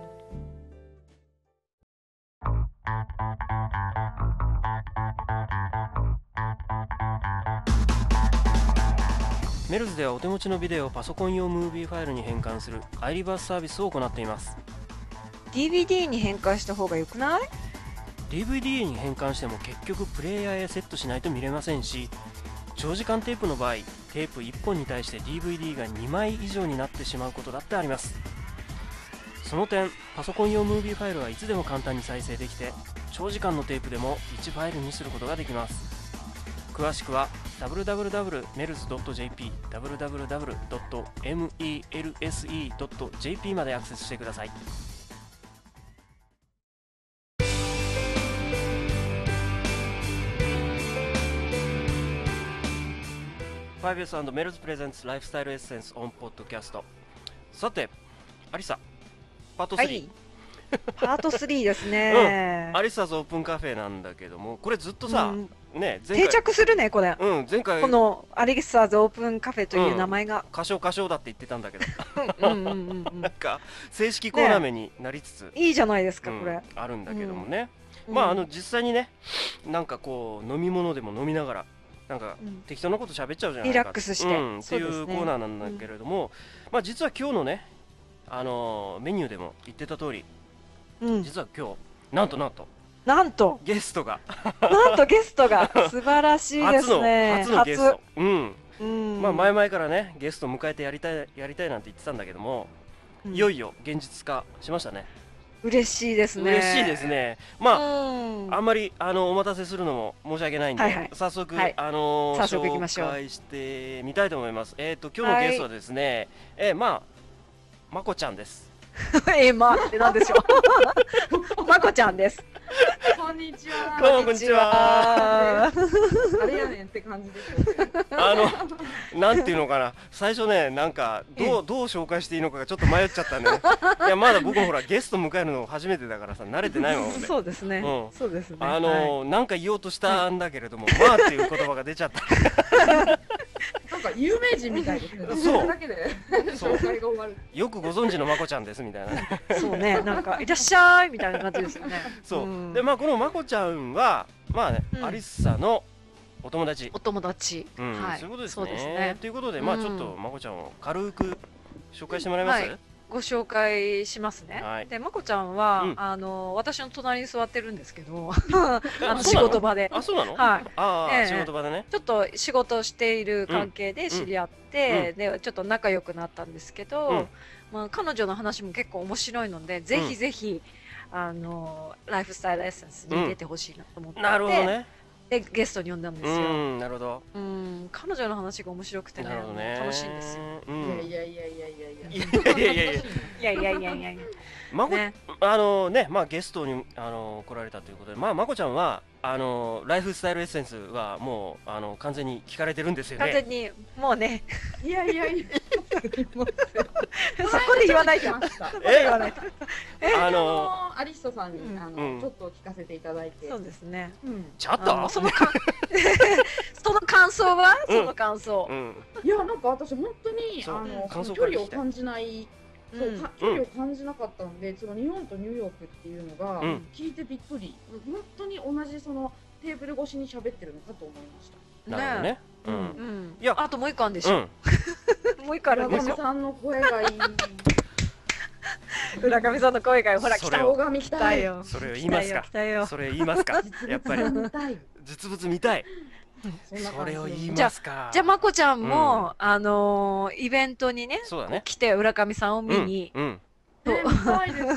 メルズではお手持ちのビデオをパソコン用ムービーファイルに変換するアイリバースサービスを行っています ?DVD に変換した方が良くない DVD に変換しても結局プレイヤーへセットしないと見れませんし長時間テープの場合テープ1本に対して DVD が2枚以上になってしまうことだってありますその点パソコン用ムービーファイルはいつでも簡単に再生できて長時間のテープでも1ファイルにすることができます詳しくは www.mels.jp www.melse.jp までアクセスしてくださいファイブエスメルズプレゼンツライフスタイルエッセンスオンポッドキャストさてアリサパート3、はい。パート3ですね。アリサズオープンカフェなんだけどもこれずっとさ、うんね前定回着するね、これ。うん前回このアリスターズオープンカフェという名前が。歌唱歌唱だって言ってたんだ けどうんうんうんうんなんか正式コーナー名になりつつ、いいじゃないですか、うんこれ。あるんだけどもね、まああの、実際にねなんかこう飲み物でも飲みながらなんかうん適当なこと喋っちゃうじゃないリラックスしてうん、っていそうですうねコーナーなんだけれども、まあ実は今日のねあのーメニューでも言ってた通りうん、実は今日なんとなんとなんと、ゲストがなんとゲス トが素晴らしいで初すの、ね。初のゲスト、うん初うん、まあ前々からねゲスト迎えてやりたいやりたいなんて言ってたんだけども、いよいいよ現実化しましたね嬉しいですね。嬉しいです。ねまあ、うん、あんまりあのお待たせするのも申し訳ないんで、はいはい早速、はいあのー早速行きましょう紹介してみたいと思いますえっ、と今日のゲストはですね、えーまあまこちゃんです えー、まあ、ってなんでしょう。 まこちゃんです。こんにちどうは。もこんにちはこんにちは。あれやねんって感じですよね。あの、なんていうのかな、最初ね、なんか、どう、どう紹介していいのかがちょっと迷っちゃったね。いや、まだ僕もほら、ゲスト迎えるの初めてだからさ、慣れてないもん、俺。そうですね。うんそうですね。あはいのなんか言おうとしたんだけれども、 まあっていう言葉が出ちゃった。なんか有名人みたいですね。そうそれだけでそう紹介が終わる。よくご存知のまこちゃんですみたい な。そうね、なんかいらっしゃいみたいな感じですよね。そう、んで、まあ、このまこちゃんは、まあね、うんアリッサのお友達。 お友達。うん、はいそういうことですそうね。ですねということで、まあ、うんちょっとまこちゃんを軽く紹介してもらえます。うんはご紹介しますね。はいで、まこちゃんは、うんあの、私の隣に座ってるんですけど、えあのそう仕なの事場で。あ、そうなの。はい。ああ、ええ仕事場でね。ちょっと仕事をしている関係で知り合って、で、ちょっと仲良くなったんですけど、うんまあ、彼女の話も結構面白いので、ぜひぜひ、あの、ライフスタイルエッセンスに出てほしいなと思って、なるほどね。で、ゲストに呼んだんですうよ。ん、なるほど。うん、彼女の話が面白くてね、なるほどね。楽しいんですよ。。うんいやい。やいやいやいやいや。いやいやいや楽しいやいやいやい やいまや。こ、ね、あのね、まあゲストにあの来られたということで、まあまこちゃんはあのライフスタイルエッセンスはもうあの完全に聞かれてるんですよ完ね。全に、もうね、い。いやいやいや。 そこで言わないと。この間ちょっと聞きました。え言わないと。ああののアリストさんにあうんのちょっと聞かせていただい てそ。うですね。うんちょっあのと。そのか その感想は、うんその感想う、ん。いやなんか私本当にあそうの感想距から聞きたい離を感じなうい。んそうか距離を感じなかったので、その日本とニューヨークっていうのがうん聞いてびっくり。本当に同じそのテーブル越しに喋ってるのかと思いました。なるほどね。ううんん。うんいやあともう一個あるんでしうょ、ん。 もう一個ある村んでし上ょさんの声がいい。浦上さんの声がほらそ来れたをよ動画見来たたい。よそれを言いますか来。たよ来それ言いますか。やっ ぱり実物見たい。実物見たい。そんなそ感じれを言いじゃまあすか。たじゃあまこちゃんも、あのーイベントにねそうだね。来て浦上さんを見うんに、うん。ね見たいです。いや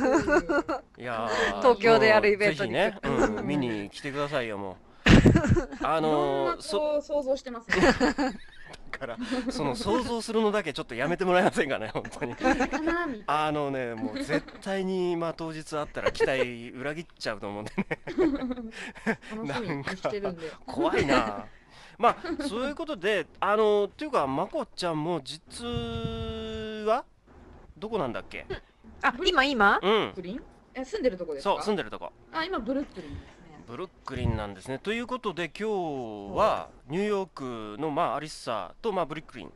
ー東京でやるイベントにもうぜひね、ううんん、見に来てくださいよ もうああののー、そそう想像してますね。っからその想像するのだけちょっとやめてもらえませんかね本当にかなみたいあのねもう絶対にまあ当日あったら期待裏切っちゃうと 思うんでな楽しみにしてるんで。怖いなまあそういうことであのっていうかまこちゃんも実はどこなんだっけあ今今うんブルックリン？え住んでるとこですそか？う住んでるとこあ今ブルックリンですブルックリンなんですねということで今日はニューヨークのまあアリッサとまあブルックリン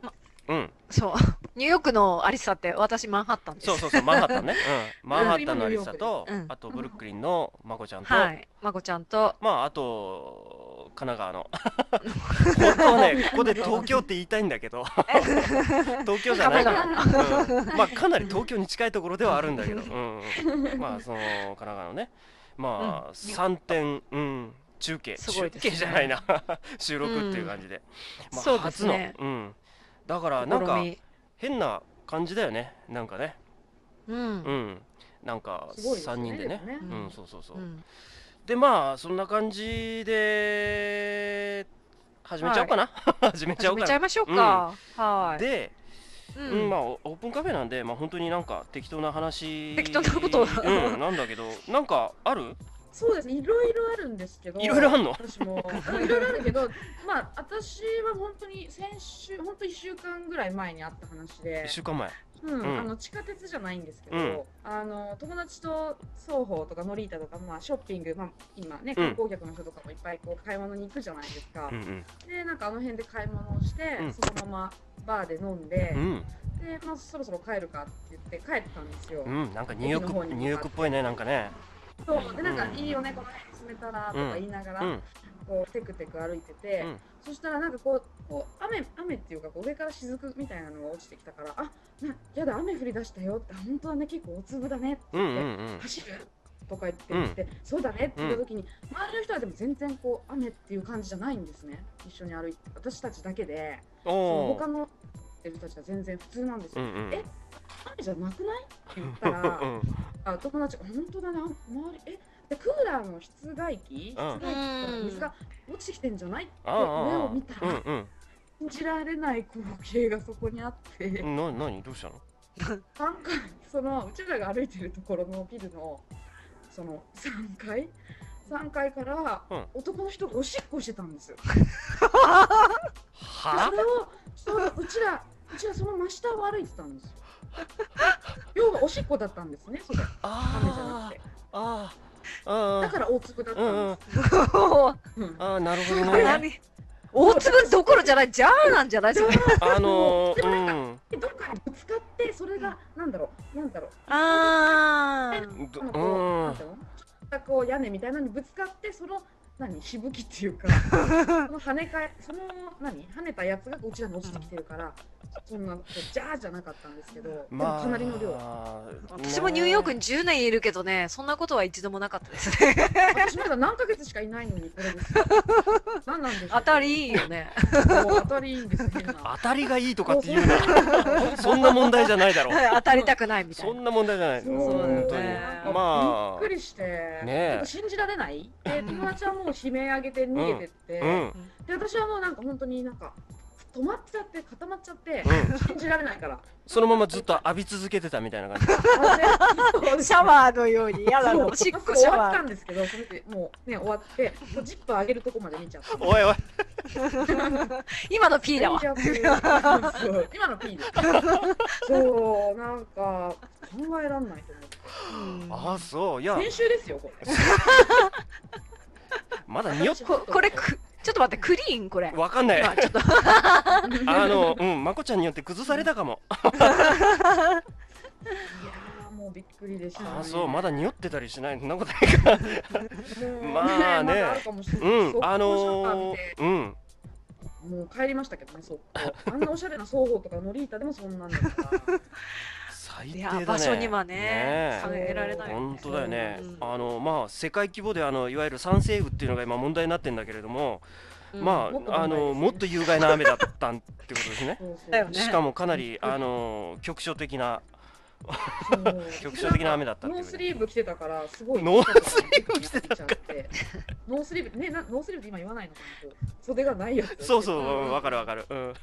うんそう ニューヨークのアリサって私マンハッタンですそうそうそう、マンハッタンね。うん、マンハッタンのア ブルックリンのニューリヨーサクと、うんあとブルックリンのまこちゃんと、はいまこちゃんとまああと神奈川の。本当は ね、ここで東京って言いたいんだけど、東京じゃないか神ら、うんまあかなり東京に近いところではあるんだけど、うんうんまあその神奈川のね、まあ三点、うん、中継、すごい中ですね継じゃない な、収録っていう感じで、うんまそあうで初すの、ねうん、だからなん試かみ変な感じだよね、なんかね。うんうん、なんかね。すごいですね。 3人でね。もううんん、そうそうそう。うんで、まあ、そんな感じで、始めちゃおうかな。 始めちゃ始おうめちゃかいましょうか、はな。いで、ううんまあ、オオープンカフェなんで、まあ、本当になんか適当な話。適当なことをうん、なんだけど、なんかあるそうですね。いろいろあるんですけど。いろいろあんの私もいろいろあるけど、まあ私は本当に先週本当一週間ぐらい前にあった話で ?1、週間前。うんうんあの地下鉄じゃないんですけど、うんあの友達と双方とかノリータとかまあショッピングまあ今ねうん観光客の人とかもいっぱいこう買い物に行くじゃないですか。うんでなんかあの辺で買い物をして、うんそのままバーで飲んでう、ん。でまあそろそろ帰るかって言って帰ってたんですよ。うん、うん、なんかニューヨー駅の方ク、にニューヨークっぽいね、なんかね。そうでなんかうんいいよねこの辺に住めたらとか言いながら、うん、こうテクテク歩いてて、うんそしたらなんかこうこう雨雨っていうかこう上から雫みたいなのが落ちてきたからあなやだ雨降り出したよって本当はね結構大粒だねってうん、う言って、ん、うん。走るとか言って言って、そうだねって言った時に、周りの人はでも全然こう雨っていう感じじゃないんですね一緒に歩いて私たちだけでそのお他ー。の人たちは全然普通なんですうよ、ん、うん。え雨じゃなくないって言っうたん、らうんあ友達が本当だね、あ周り、え、でクーラーの室外機、室うん外機から水が落ちてきてんじゃないって、ああ上を見たあら、うん、信じられない光景がそこにあって、う3ん。な、なに、どうしたの階、その、うちらが歩いてるところのビルの、その3階、3階から、うん男の人がおしっこしてたんですよ。はでそれをそのうちらうちらその真下を歩いてたんですよ要はおしっこだったんですねそれ雨じゃなあくてあああだから大粒だったんです、うんああなるほどね 何 大粒どころじゃないジャーなんじゃない それあのーでどっかにぶつかってそれがなんだろうなんだろうあーうんどあのうんこうなんていうのちょっとこう屋根みたいなのにぶつかってその何しぶきっていうかその跳ね返その何跳ねたやつがうちらに落ちてきてるからそんなこうジャーじゃなかったんですけど、でもまあかなりの量私もニューヨークに10年いるけどねそんなことは一度もなかったですね 私まだ何ヶ月しかいないのにこれですよ何なんでしょう当たりいいよねもう当たりいいんです変な当たりがいいとかって言うなそんな問題じゃないだろ う当たりたくないみたそいなんな問題じゃないそう本当にねまあびっくりして、ねえちょっと信じられないで友達はもう悲鳴上げて逃げてって、うんで私はもうなんか本当になんか止まっちゃって固まっちゃってうん信じられないからそのままずっと浴び続けてたみたいな感シャワーのようにやだなそうおしっこ終シャわっワたーんですけどそれでもうね終わってもうジップ上げるとこまで見ちゃったじおいおい今の P だわそう今の P でそうなんか考えらんないと思ってああそういや先週ですよこれまだ匂っここれくちょっと待ってクリーンこれわかんない今ちょっと あのうんまこちゃんによって崩されたかもいやーもうびっくりでした、ね、ああそうまだ匂ってたりしないそんなことないかもうまあねまだあるかもしれないうん、あ速攻シャッター見のてー、うん。もう帰りましたけどね、そっか。あんなおしゃれな双方とかノリータでもそんなんだから。最低いだやね場所にはねねえあげられないよね本当だよね、うんあのまあ世界規模であのいわゆる酸性雨っていうのが今問題になってるんだけれども、うんまもっと問ああ題ですのねもっと有害な雨だったんってこと ですねそうそうだよねしかもかなりあの局所的なそう局所的な雨だったってノいーうスリーブ着てたから、すごい。ノースリーブ着てたちゃ って。ノースリーブ、ね、なノースリーブって今言わないのかなこう。袖がないやつ。そうそううんうんううんんわかるわかる、うん、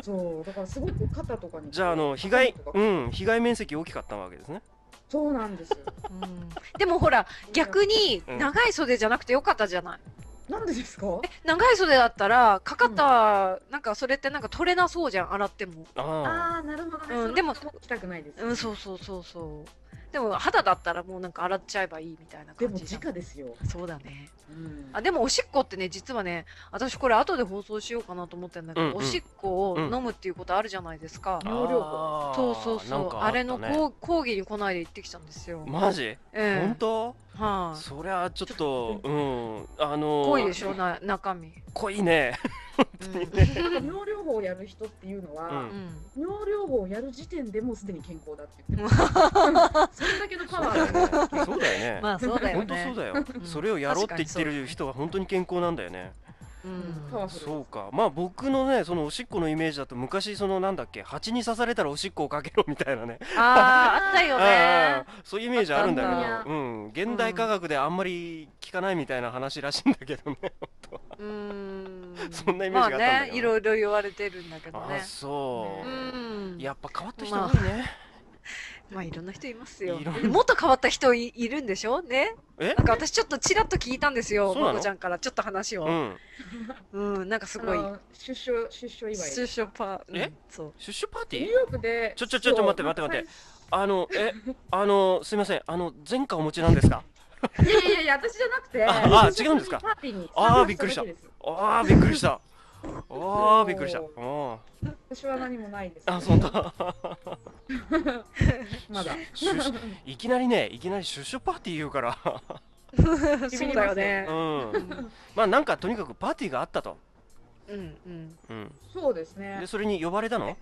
そう、だからすごく肩とかに。じゃああの被害肩とかうん被害面積大きかったわけですねそうなんですよ。うんでもほら逆にうん長い袖じゃなくてよかったじゃない、なんでですか。長い袖だったらかかった、なんかそれってなんか取れなそうじゃん洗ってもあああ、なるほどね。うんそれでも着たくないです。うんそうそうそうそうでも肌だったらもうなんか洗っちゃえばいいみたいなで感もじじゃん直ですよ。そうだねうんあでもおしっこってね実はね私これ後で放送しようかなと思ってんだけど、うんうんおしっこを飲むっていうことあるじゃないですか、あ容量あーそうそうそなうんあ,、かったねれの講講義にこないで行ってきたんですよ、マジええ本当はい、そりゃちょっとうんあの濃いでしょな 中身、濃いねうんなんか尿療法をやる人っていうのうは、うん尿療法をやる時点でもうすでに健康だって言って ます。それだけのパワーが ねそうだよねまあそうだよ本当そねう。だよ、んそれをやろうって言ってる人が本当に健康なんだよねうんパワフルですそうかまあ僕のねそのおしっこのイメージだと昔そのなんだっけ蜂に刺されたらおしっこをかけろみたいなねあーあったよあねあ。そういうイメージあるんあだっけたどうん現代科学であんまり聞かないみたいな話らしいんだけどねうーん。 そんなイメージがあったんだけどねまあね、いろいろ言われてるんだけどあねあ。そうう、ん。やっぱ変わった人多いね、まあいろんな人いますよいろん。なもっと変わった人いいるんでしょね。えなんか私ちょっとちらっと聞いたんですよ。そうなのまこちゃんからちょっと話うを。んうん。なんかすごいあ。の出所出所祝い。出所パー。えうんそう。出所パーテニィューーヨークで。ちょちょちょちょ待って待って待ってあのえあのすいませんあの前科お持ちなんですかって。いやいやいや私じゃなくて。ああ違うんですかパーティーに参加あーびっくりしただけですああびっくりしたああびっくりしたうん私は何もないです。あそんなまだ。出 所いきなりねいきなり出所パーティー言うからそうだよねう。うんんまあなんかとにかくパーティーがあったと、うんうん。うん、そうですでね。それに呼ばれたの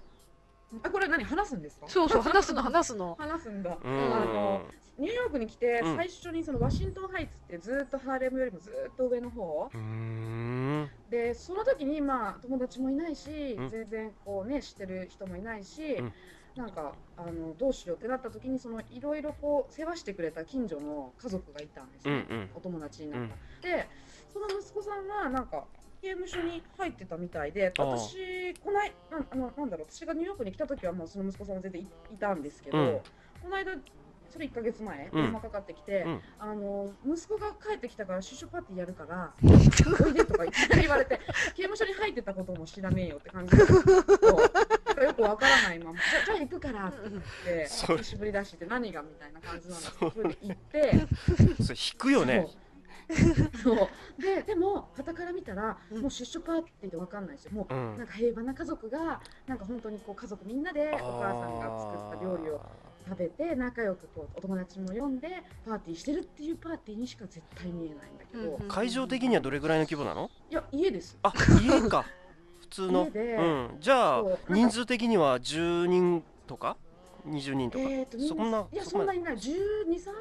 あこれ何話すんですか。そうそう、話すの話すの。話すんだ。うあんのニューヨークに来てうん最初にそのワシントンハイツってずーっとハーレムよりもずーっと上の方うーんでその時にまあ友達もいないし、うん全然こうね知ってる人もいないし、うんなんかあのどうしようってなった時にそのいろいろこう世話してくれた近所の家族がいたんですうね、んうんお友達になった、でその息子さんはなんか刑務所に入ってたみたいでああ私こないなんあのなんだろう私がニューヨークに来た時はもうその息子さんは全然いいたんですけど、うんこの間それ1ヶ月前うん電話かかってきて、うんあの息子が帰ってきたから就職パーティーやるから おいでとかいきなり言われて刑務所に入ってたことも知らねえよって感じでそうよくわからないままじゃじゃあ行くからってうん言ってそれ久しぶりだしって何がみたいな感じなんですそれけどそれで行って。それ引くよねそう。そうで、でも、傍から見たら、うんもう出所パーティーでわかんないですよ。もうう、なんんか平和な家族が、なんか本当にこう家族みんなで、お母さんが作った料理を食べて、仲良くこうお友達も呼んで、パーティーしてるっていうパーティーにしか絶対見えないんだけど、うんうん会場的にはどれぐらいの規模なのいや、家です。 あ家か普通の家でうんじゃあそう人数的には10人とか20人とか、えーとみんそんないや、そそこんまなでにいない。12、3人だったか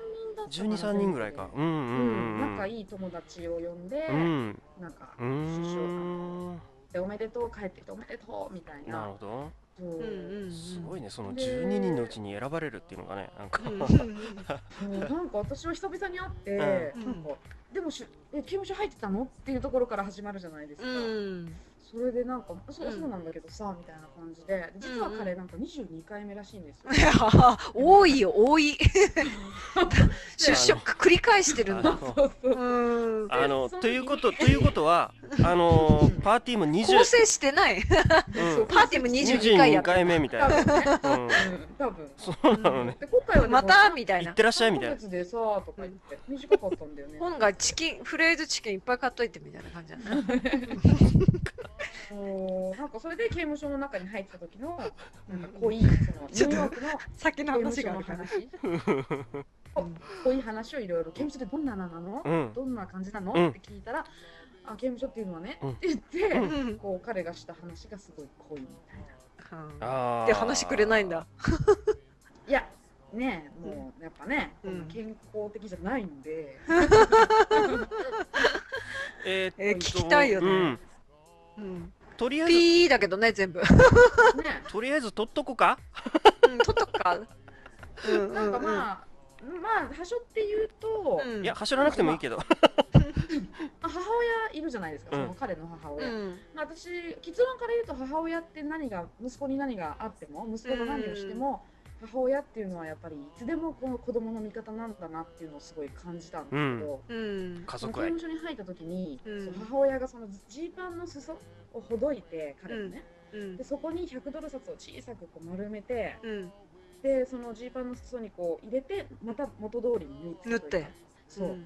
12、な3人ぐらいか。うんううんんうん仲いいい友達を呼んで、うんなんか、う出所んでおめでとう、帰ってきておめでとうみたいなるな。ほどそううんうんうん。すごいねそので12人のうちに選ばれるっていうのがねなんかうんうんもうなんか私は久々に会って、うんなんかでもしえ刑務所入ってたのっていうところから始まるじゃないですか、うん。それでなんかそううんそうなんだけどさ、みたいな感じで実はうんう彼んなんか22回目らしいんですよ、いや多いよ、多い。出所繰り返してるんだ。あそうそううん。 あのそうということということ はあのーパーティーも構20成してない。うんパーティーも22回や22って回目みたい多な、分ねうん、うん多分そうなのねで今回はでもまたみたい行っな。てらっしゃい3みヶたいな月でさとか言って短かったんだよね本がチキン、フレーズチキンいっぱい買っといてみたいな感じじゃないそうなんかそれで刑務所の中に入ってた時のなんか濃いちそょのっニとューヨークの先の刑務話所があのるから。話うん濃い話をいろいろ刑務所でどんなのなのうんどんな感じなの、うんって聞いたら、あ刑務所っていうのはね、うんって言って、ううんこう彼がした話がすごい濃いみたいな。はああーで話してくれないんだ。いやねえもうやっぱね、うんこんな健康的じゃないんで、えーっとえー聞きたいよねうんうん、とりあえずピーだけどね全部。ねとりあえず取っとこかうん、取っとくか。うんなんかまあ、まあ、端折って言うと、うんうん、いや走らなくてもいいけどまあ母親いるじゃないですか、うんその彼の母う親、んまあ私結論から言うと母親って何が息子に何があっても息子が何をしても、母親っていうのはやっぱりいつでもこの子供の味方なんだなっていうのをすごい感じたんですけど、うん家そ族の刑愛務所に入った時に、うんそう母親がそのジーパンの裾をほどいて彼のね、うんでそこに100ドル札を小さくこう丸めて、うんでそのジーパンの裾にこう入れてまた元通りに縫縫っっててそう、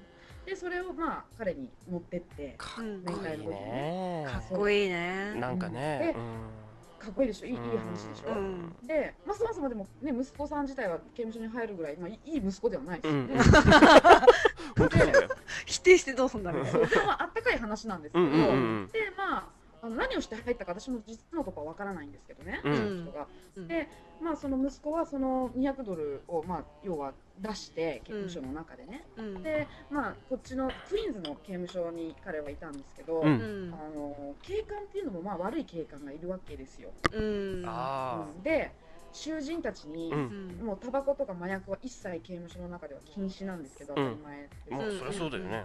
でそれをまあ彼に持ってってかかっうんこいいねかかっっこいいね。なんかねでうんっこいいでしょいいいい話でしょ、うんで、まあ、そもそもでも、ね、息子さん自体は刑務所に入るぐらい、まあ、いいい息子ではないですうよんね、うん本当だよ否定してどうすんだろうね。そうでもまああったかい話なんですけうど、んうんうんでまああの何をして入ったか私も実のとこはわからないんですけどね、うんその人が、うんでまあその息子はその200ドルをまあ要は出して刑務所の中でね、うんでまあこっちのクイーンズの刑務所に彼はいたんですけど、うんうんあの警官っていうのもまあ悪い警官がいるわけですよ、うんあうんで囚人たちに、あううんんもうタバコとか麻薬は一切刑務所の中では禁止なんですけど、うん当たり前ですけどまあうんそりゃそうだよね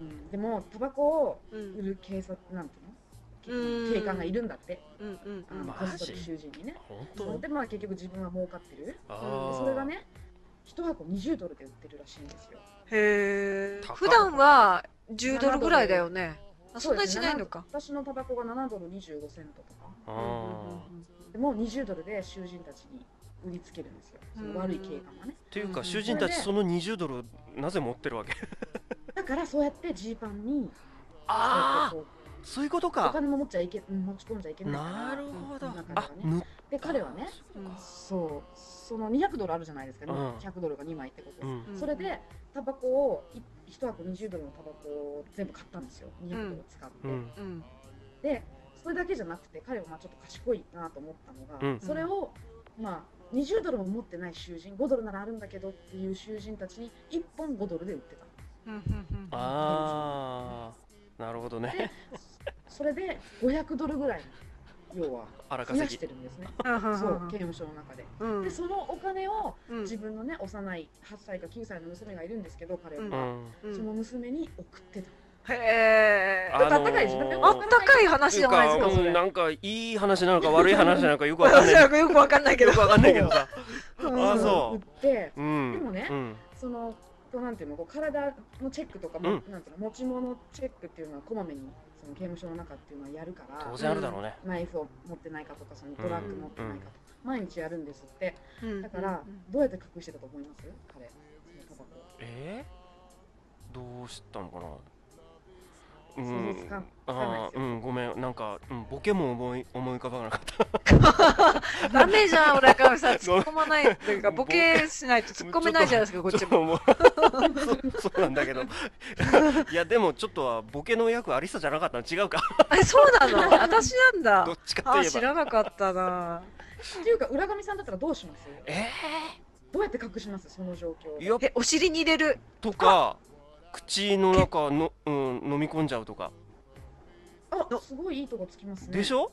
うんでもタバコをう売んる警察なんていううんの警官がいるんだって、うんうんあのマこジっそり囚人にね本そう当でまあ結局自分は儲かってるあでーそれがね1箱20ドルで売ってるらしいんですよへえ高っ普段は10ドルぐらいだよねあそんなにしないのか私のタバコが7ドル25セントとかあうんうんーうんでもう20ドルで囚人たちに売りつけるんですよその悪い警官がねっていううかん囚人たちそその20ドルなぜ持ってるわけだからそうやってジーパンにあそうやってこあそういうことうおか金も持っちゃいけ持ち込んじゃいけないからなるほどうんあ塗っで彼はねそうかそうその200ドルあるじゃないですか、ねうん100ドルが2枚ってことうです、んうんそれでタバコを1箱20ドルのタバコを全部買ったんですよ200ドル使って、うんうんでそれだけじゃなくて彼はまあちょっと賢いなと思ったのが、うんそれをまあ20ドルも持ってない囚人5ドルならあるんだけどっていう囚人たちに1本5ドルで売ってたうんうんああなるほどねでそれで500ドルぐらいの要は荒増や稼ぎしてるんですねうんうんそう刑務所の中でうんでそのお金をうん自分のね幼い8歳か9歳の娘がいるんですけど彼ううは、んうんその娘に送ってた、へえあのーちょっとあったかいですねあったかい話じゃないですかってそいうれかうんなんかいい話なのか悪い話なのかよくわかん私ないはよくわかんないけどよくわかんないけどさうんあそう売ってうんでもねうんそのこうなんていうのこう体のチェックとかも、うんなんていうの持ち物チェックっていうのはこまめにその刑務所の中っていうのはやるから当然あるだろうねナイフを持ってないかとかそのドラッグ持ってないかとか、毎日やるんですってうんだから、どうやって隠してたと思います彼そのタバコえーどうしたのかなうんあ想像つかんつかないですーようんごめんなんかうんボケも思い思い浮かばなかったダメじゃん俺からさ突っ込まないっていうかボケしないと突っ込めないじゃないですかこっちちょっもともうそう そうなんだけどいやでもちょっとはボケの役ありさじゃなかったの違うかえそうなの私なんどだっちかとあいえ知ばらなかったなっていうか浦上さんだったらどうしますえどうやって隠しますその状況をー、いやえお尻に入れるとか口の中の、うん、飲み込んじゃうとかあすごいいいとこつきますねでしょ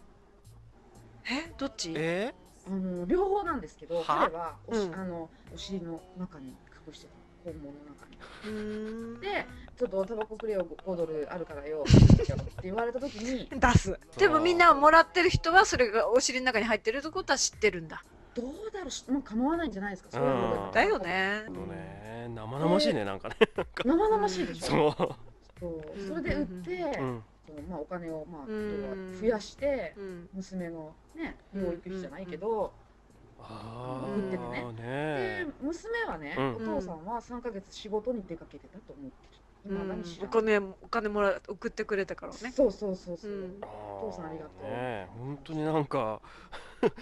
えどっちえあの両方なんですけどは彼はおし、うんあのお尻の中に隠してた肛門の中にうーんでちょっとタバコくれよ 5, ドルあるからよって言われた時に出すでもみんなもらってる人はそれがお尻の中に入ってるってことは知ってるんだどうだろうしもう構わないんじゃないですかそういうことだよー、ねそうね生々しいねなんかね生々しいでしょ、そそうそれで売って、う、うん、そうまあ、お金を、まあ、うん要は増やしてうん娘のね養育費じゃないけど、あうんーねで娘はね、うんお父さんは3ヶ月仕事に出かけてたと思ってうる今何んし、お金お金もら送ってくれたからねそうそうそうそうう、んあーお父さんありがとうねえ本当になんか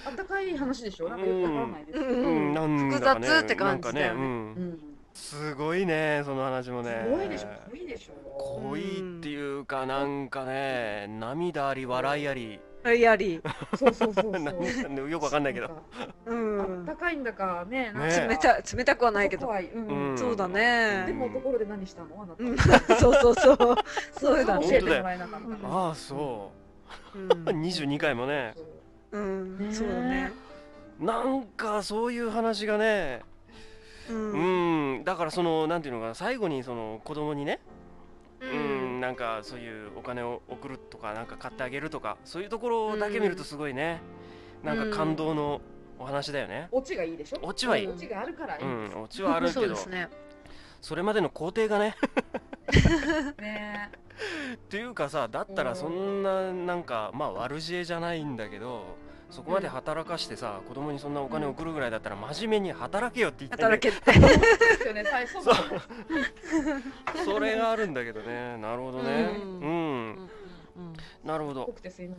あったかい話でしょなんかよくわからないですうけど、うんんなうんん複だかね雑って感じだなんかねうよねんうんすごいねその話もねすごいでしょ濃いでしょ濃いっていうかなんかね涙あり笑いありやり。そうそうそうそう なんかねよくわかんないけどうなんんかあった。かいんだかねなんかね冷た冷たくはないけど怖。いうんうんそうだでね。もところで何したのあなたうん そうそうそう。そうだ教本えね当て。もらえなかったうん。ああそううん22回もねうん。そうだね。なんかそういう話がねう。うんん、だからそのなんていうのかな最後にその子供にねううん、なんかそういうお金を送るとかなんか買ってあげるとかそういうところだけ見るとすごいね、なんか感動のお話だよね、オチがいいでしょオチはいい、ううんんオチがあるからいいんですオチはあるけそうどで そ,、すね。れまでの工程がね ねっていうかさだったらそんななんかまあ悪知恵じゃないんだけどそこまで働かしてさ、子供にそんなお金送るぐらいだったら真面目に働けよって言ってんだ働けけって。そうですよね最初そうど それがあるんだけどねなるほどねうんうん、なるほ濃どくてすいま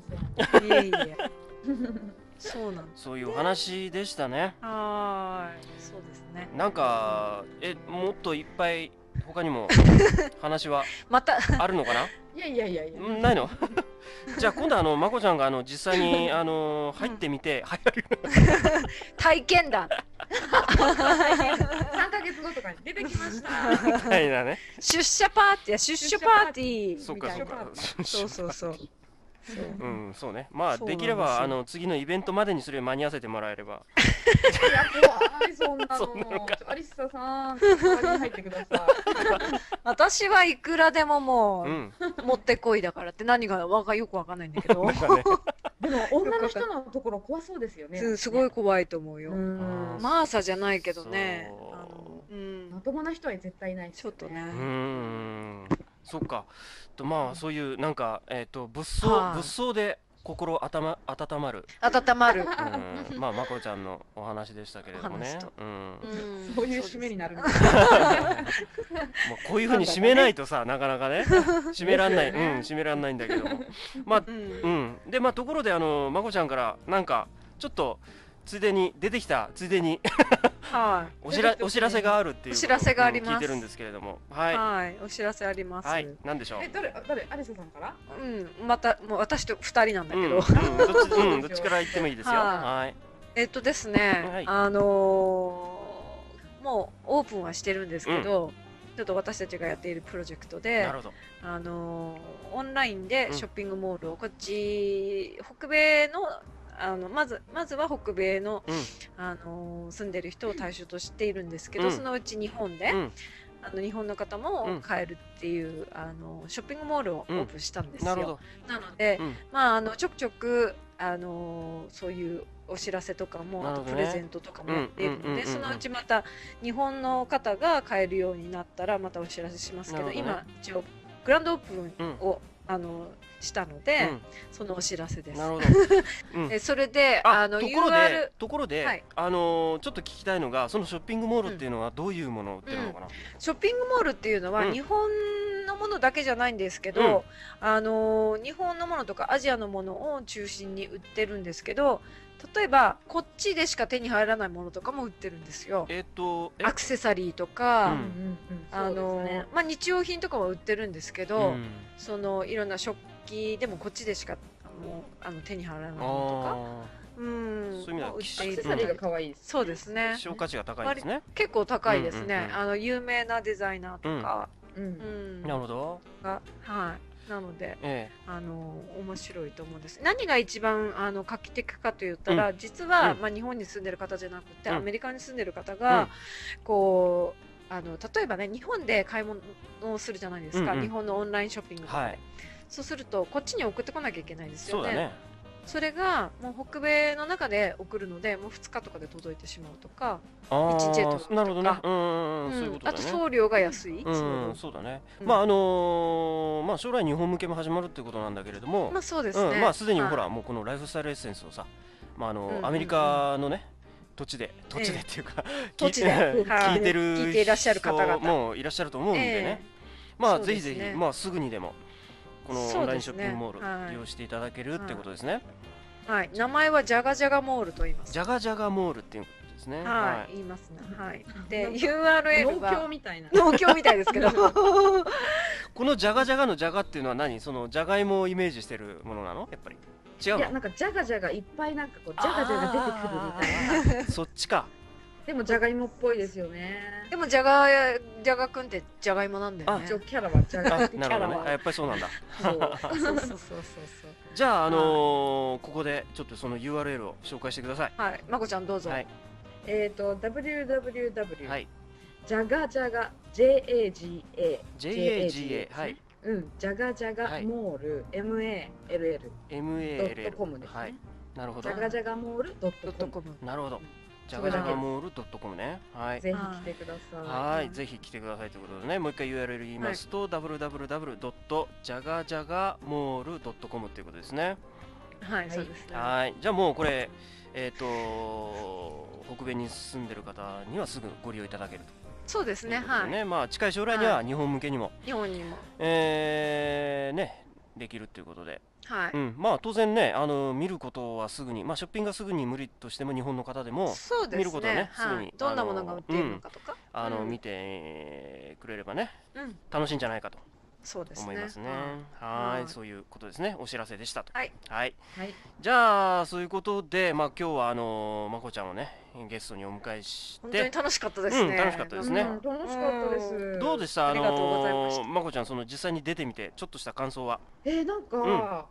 せんいえいえ。そうなんです。そういうお話でしたねはーい。そうですね。なんかえもっといっぱい他に も話はまた。あるのかないやいやいやいやんないの じゃあ今度あのまこちゃんがあの実際 にあの入ってみて、入る体験 談。 3ヶ月後とかに出てきましたみたい なね出社パーティー、出社パーティーそっみかたいそなっ。か そうそうそう。そううんそうねまあそうでなんですきれよばあの次のイベントまでにそれ間に合わせてもらえればいや怖いそんなのそんなのかちょアリスタさん代わりに入ってください私はいくらでももうう、ん持ってこいだからって何がわがよくわかんないんだけど なんかねでも女の人のところ怖そうですよねうんすごい怖いと思うよ、うんあマーサじゃないけどねそうあのうまんともな人は絶対いないですちょよっとねうーんそっかとまあそういうなんかえっ、と物騒はい物騒で心温温まる温ま る、うんまあまこちゃんのお話でしたけれどもおね話と、うん、もううんそういう締めになるんだこういうふうに締めないとさなかなかね 締めらんない、うん締めらんないんだけど もまあそうですうねんでまあところであのまこちゃんからなんかちょっとついでに出てきたついでにうんはいお知らお知らせがあるっていうお知らせがありうんます聞いてるんですけれどもはいはい、お知らせあります、はいなんでしょうえ誰誰アリスさんからうんまたもう私と二人なんだうんけうんど、どっ ちうんどっちから言ってもいいですよははいえっとですね、はいあのーもうオープンはしてるんですけど、ちょっと私たちがやっているプロジェクトでなるほどあのーオンラインでうんショッピングモールを、こっち北米のあのまずまずは北米の、うんあのー住んでる人を対象としているんですけど、うんそのうち日本で、うんあの日本のう方もん買えるっていう、あのーショッピングモールをオープンしたんですよ。なるほどなので、うんまあ、あのちょくちょく、あのーそういうお知らせとかも、なあるとほどプねレゼントとかもやっていうるんうんのうんうんでそのうちまた日本の方が買えるようになったらまたお知らせしますけどなるほどね今一応グランドオープンを、あのしたので、そのお知らせうでんすな。 るほどうんえそれでああのところで URL ところで、はいあのーちょっと聞きたいのがそのショッピングモールっていうのはどういうものを売ってるのかな、ショッピングモールっていうのは、うん日本のものだけじゃないんですけど、あの日本のものとかアジアのものを中心に売ってるんですけど例えばこっちでしか手に入らないものとかも売ってるんですよ。えっ、とえアクセサリーとうか、んあのまあ、日用品とかは売ってるんですけど、うんそのいろんな食器でもこっちでしかもうあの手に入らないものあとかうんそういう意味ではも売ってアクいセるサリーが可愛いですそうですあね希少価値が高いですね、結構高いですね、うんうんうんあの有名なデザイナーとか、うんうんなるほどがはいなのでえあの面白いと思うんです何が一番あの画期的かと言ったら、実は、うんまあ、日本に住んでる方じゃなくて、うんアメリカに住んでる方うんが、こうあの例えばね日本で買い物をするじゃないですか、うんうん日本のオンラインショッピングえとかで、はいそうするとこっちに送ってこなきゃいけないですそようだねねそれがもう北米の中で送るのでもう2日とかで届いてしまうとか、あー一日で届くとかなるほどねうんうん、うん、そうういうんことあだとね送料が安い、うん、そうだね、うんまああのーまあ将来日本向けも始まるってことなんだけれども、まあそうですね、うん、まあすでにはいほら、もうこのライフスタイルエッセンスをさ、まああの、うんうんアメリカのね土地で土地でっていう か、土地で聞いはい聞いてる聞いていらっしゃる方々人もいらっしゃると思うんでね、えまあ、そうぜでひすぜねひまあすぐにでもこのオンラインショッピングモそうですーねルはい利用していただけるってことですね。えはい、名前はジャガジャガモールと言いますジャガジャガモールっていうことですね。はい、言いますね。はい。で、なんか URL 農協がみたいな。農協みたいです けど、このじゃがじゃがのじゃがっていうのは何そのじゃがいもをイメージしてるものなのやっぱり違いうやのなんかじゃがじゃがいっぱいなんかこうじゃがじゃが出てくるみたいな。いなそっち かでもじゃがいもっぽいですよね。でもじゃがじゃがくんってじゃがいもなんだよね。一そう応キャラはじゃあが。なるほどねキャラはあやっぱりそうなんだそそううそうそうそう。じゃああのーここでちょっとその URL を紹介してくださいはい、まこちゃんどうぞ。はいえっと www、はいじゃがじゃが J A G A JAGA はい。うん、じゃがじゃはがいモール M A L L ドットコム MALL ですはいね。なるほじどゃがじゃがモールドドッットトココム。ムなるほどじゃそがれじだゃけがモール .com ねはム。いぜひ来てくださはいぜひ来てくださいということでねもう一回 URL 言いますと www.jagajagamall.com っていうことですねはい、いそうですね。はいじゃあもうこれえっ、と北米に住んでる方にはすぐご利用いただけるそうですといね、うことはでい。ねまあ近い将来には日本向けにも、日本にも。えーねできるということで、はうい。ん、まあ当然ねあの見ることはすぐにまあショッピングがすぐに無理としても日本の方でもそうで見るすことはねね。すぐはにい。どんなものが売っているのかとか。あの、うん見てくれればねうん、楽しいんじゃないかとそうですね。思いますねはいはーはいいそういうことですねお知らせでしたとはい、はい、い。はい。じゃあそういうことでまあ今日はあのまこちゃんをねゲストにお迎えし本当にて楽しかったですうね。ん楽しかったですねうん楽しかったです。どうでしたありがとうございましたあのーまこちゃんその実際に出てみてちょっとした感想はえー、なんか、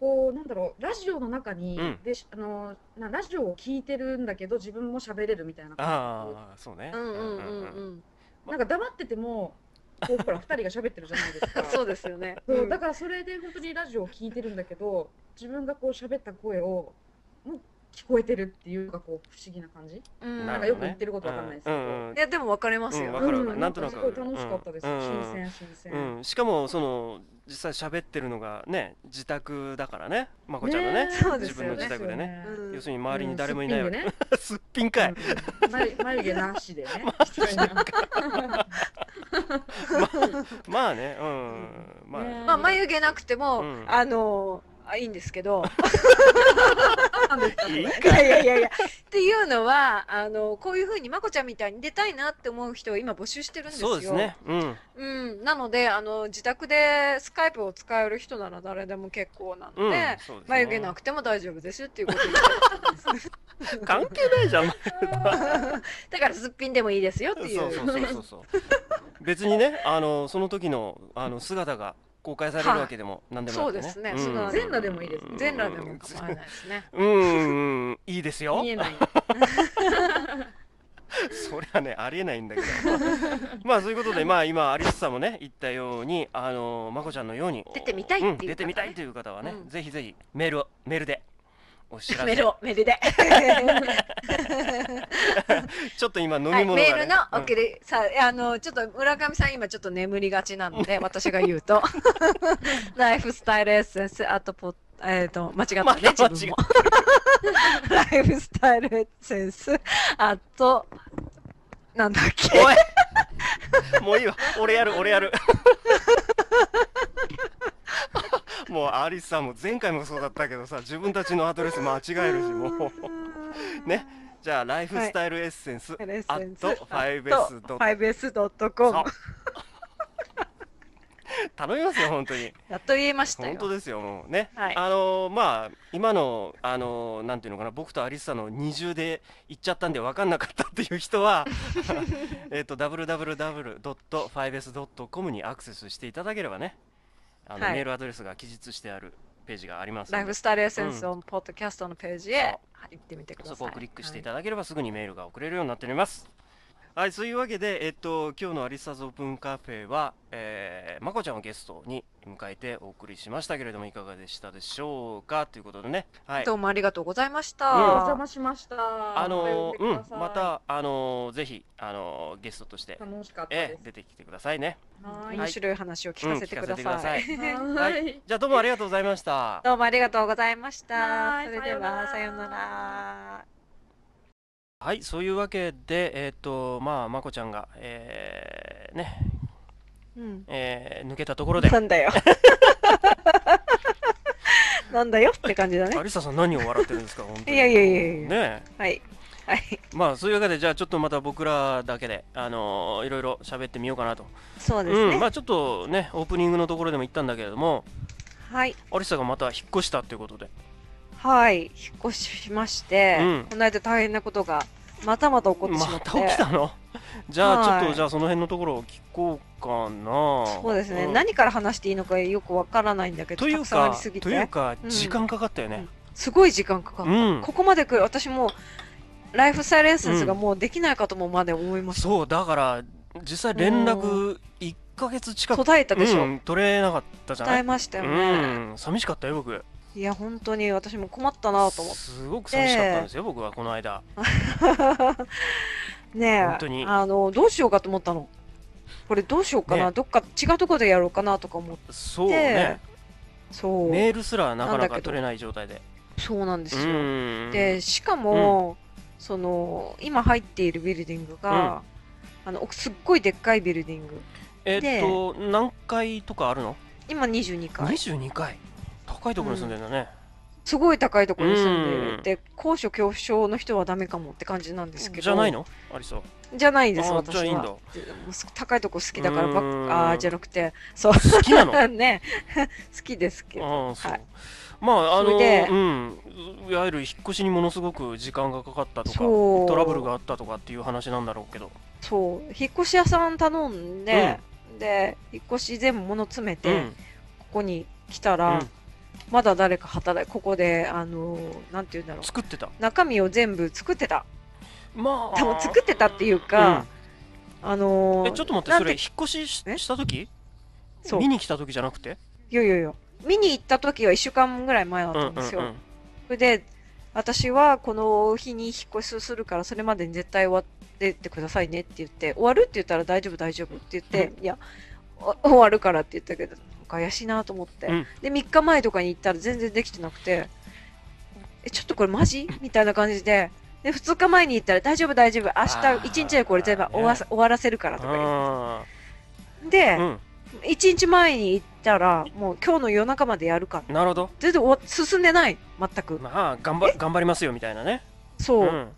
こうなんだろうラジオの中に、うんでしあのなラジオを聞いてるんだけど自分も喋れるみたいなああそうねうんうんうんうんうん。なんか黙っててもこうほら二人が喋ってるじゃないです かそうですよね。そううんだからそれで本当にラジオを聞いてるんだけど自分がこう喋った声をもう聞こえてるっていうのがこう不思議な感じうんななんかるよほどねく言ってることわかんないですけどうんうんうんいやでも分かれますうよ。んわかるわかるうんなんとなくすごい楽しかったです、うん新鮮新鮮、うん、しかもその実際喋ってるのがね自宅だからねまこちゃんのねえそうです自分のよね自宅でねうんうん要するに周りに誰もいないわけ、うんすっ すっぴんぴかいん、でねうん眉眉毛 なしでね まあねうん、まあ、ねまあ眉毛なくても、うんあのあいいんですけ どいいいやいやいやいやっていうのはあのこういうふうにまこちゃんみたいに出たいなって思う人を今募集してるんですよ。そうですねうんうん、なのであの自宅でスカイプを使える人なら誰でも結構なうのん、で、そうですね眉毛なくても大丈夫ですっていうこ とで関係ないじゃんだからすっぴんでもいいですよっていう。そうそうそうそうそう別にねあのその時のあの姿が公開されるわけでも何でもなくてねそうですねそうなんです全裸でもいいですね全裸でも構わないですね。うんうんいいですよ見 えないそりゃねありえないんだけど まあそういうことでまあ今アリスさんもね言ったようにあのーまこちゃんのように出てみたいっていんう方ね出てみたいという方はね、うんぜひぜひメールをメールでお知らせ メールをメー ルで。ちょっと今飲みはい、物が、ねメールのうん送り、さあのちょっと村上さん今ちょっと眠りがち なので私が言うとライフスタイルエッセンスアットポえっ、と間違ったね、また間違自分も ライフスタイルエッセンスアットなんだっけおい もういいわ俺やる俺やる もうアリスさんも前回もそうだったけどさ自分たちのアドレス間違えるしも うねじゃあライフスタイルエッセンス、エッアセッントス 5S ドット 5s.com 頼みますよ本当にやっと言えました本よ当ですよ、もうね、はいあのーまあ、今の、あのーなんていうのかな、僕とアリサの二重で行っちゃったんで分かんなかったっていう人 は、えっと、www.5s.com にアクセスしていただければね、あのはいメールアドレスが記述してあるページがありますライのフで、スタイルエッセンスオンポッドキャストのページそうへはい行ってみてくださそいこをクリックしていただければ、すぐにメールが送れるようになっております。はい、そういうわけで、えっと、今日のアリサズオープンカフェは、えー、まこちゃんをゲストに迎えてお送りしましたけれども、いかがでしたでしょうかということでね、はい。どうもありがとうございましうんおた、邪魔しましたあのーお便りうんくだ、さいまた、あのーぜひ、あのーゲストとして、楽しかったえでえす、出てきてくださいね。はーい面白い話を聞かせてくださ い。ははいい。じゃあ、どうもありがとうございました。どうもありがとうございましたは。いそれでは、ささよよううなならら。はい、そういうわけで、えっ、と、まあ、まこちゃんが、えーね、うん。えー抜けたところで、なんだよ。 なんだよって感じだねア。リサさん何を笑ってるんですか、本当いに。やいやいやいや。ねはい。はい、まあそういうわけでじゃあちょっとまた僕らだけであのーいろいろ喋ってみようかなとそうですね。うんまあちょっとねオープニングのところでも言ったんだけれどもはい、アリサがまた引っ越したっていうことではい、引っ越ししまして、うんこの間大変なことがまたまた起こってしままって、た起きたの じゃあちょっと、はいじゃあその辺のところを聞こうかなそうですね、ん何から話していいのかよくわからないんだけど、といたうくさんありかすぎというて、かうん時間かかったよねすごい時間かかうる。ん、ここまで来る、私もうライフスタイルレッスンスがもうできないかともまで思いました。そうだから実際連絡1ヶ月近く途絶えたでしょ。うん取れなかったじゃ伝なえいましたよね。うん寂しかったよ僕いや、本当に私も困ったなと思っすごく寂しかったんですよ僕はこの間て。ねえ、本当にあの、どうしようかと思ったの。これどうしようかな、ねどっか違うところでやろうかなとか思って、そうねそう、メールすらなかななんだけかど取れない状態でそうなんですうよ。んで、しかも、その、今入っているビルディングが、あの、すっごいでっかいビルディング。えっと何階とかあるの今22階。 22階高いところに住んでんだねすごい高いところに住んでうんる。で、高所恐怖症の人はダメかもって感じなんですけど。じゃないのありそうじゃないです、あ私じゃあいは。いんだ好でもうす高いとこ好きだからばうーっんああーじゃなくて、そう。きなのね。 好きですけど。ああそう、はいまああのそれでうんいわゆる引っ越しにものすごく時間がかかったとかそうトラブルがあったとかっていう話なんだろうけどそう。引っ越し屋さん頼んで、で、引っ越し全部物詰めて、うんここに来たうら、ん、まだ誰か働い、ここで、あのーなんて言うんだろう。作ってた中身を全部作ってた。まあ多分作ってたっていうか、あのうんーえちょっと待ってなんそれ引っ越ししえした時そう見に来た時じゃなくていやいやいや。見に行った時は1週間ぐらい前だったんですよ。それで、私はこの日に引っ越しするから、それまでに絶対終わってってくださいねって言って、終わるって言ったら大丈夫大丈夫って言って、いや、お終わるからって言ったけど、なんか怪しいなと思って。うんで、3日前とかに行ったら全然できてなくて、え、ちょっとこれマジみたいな感じで、で、2日前に行ったら大丈夫大丈夫、明日ー1日でこれ全部終わ,、ね終わらせるからとか言あって。で、あー1日前に行ったら、もう今日の夜中までやるから。うんなるほど全然終わ進んでない、全く。まあ頑張頑張りますよみたいなねそう。うん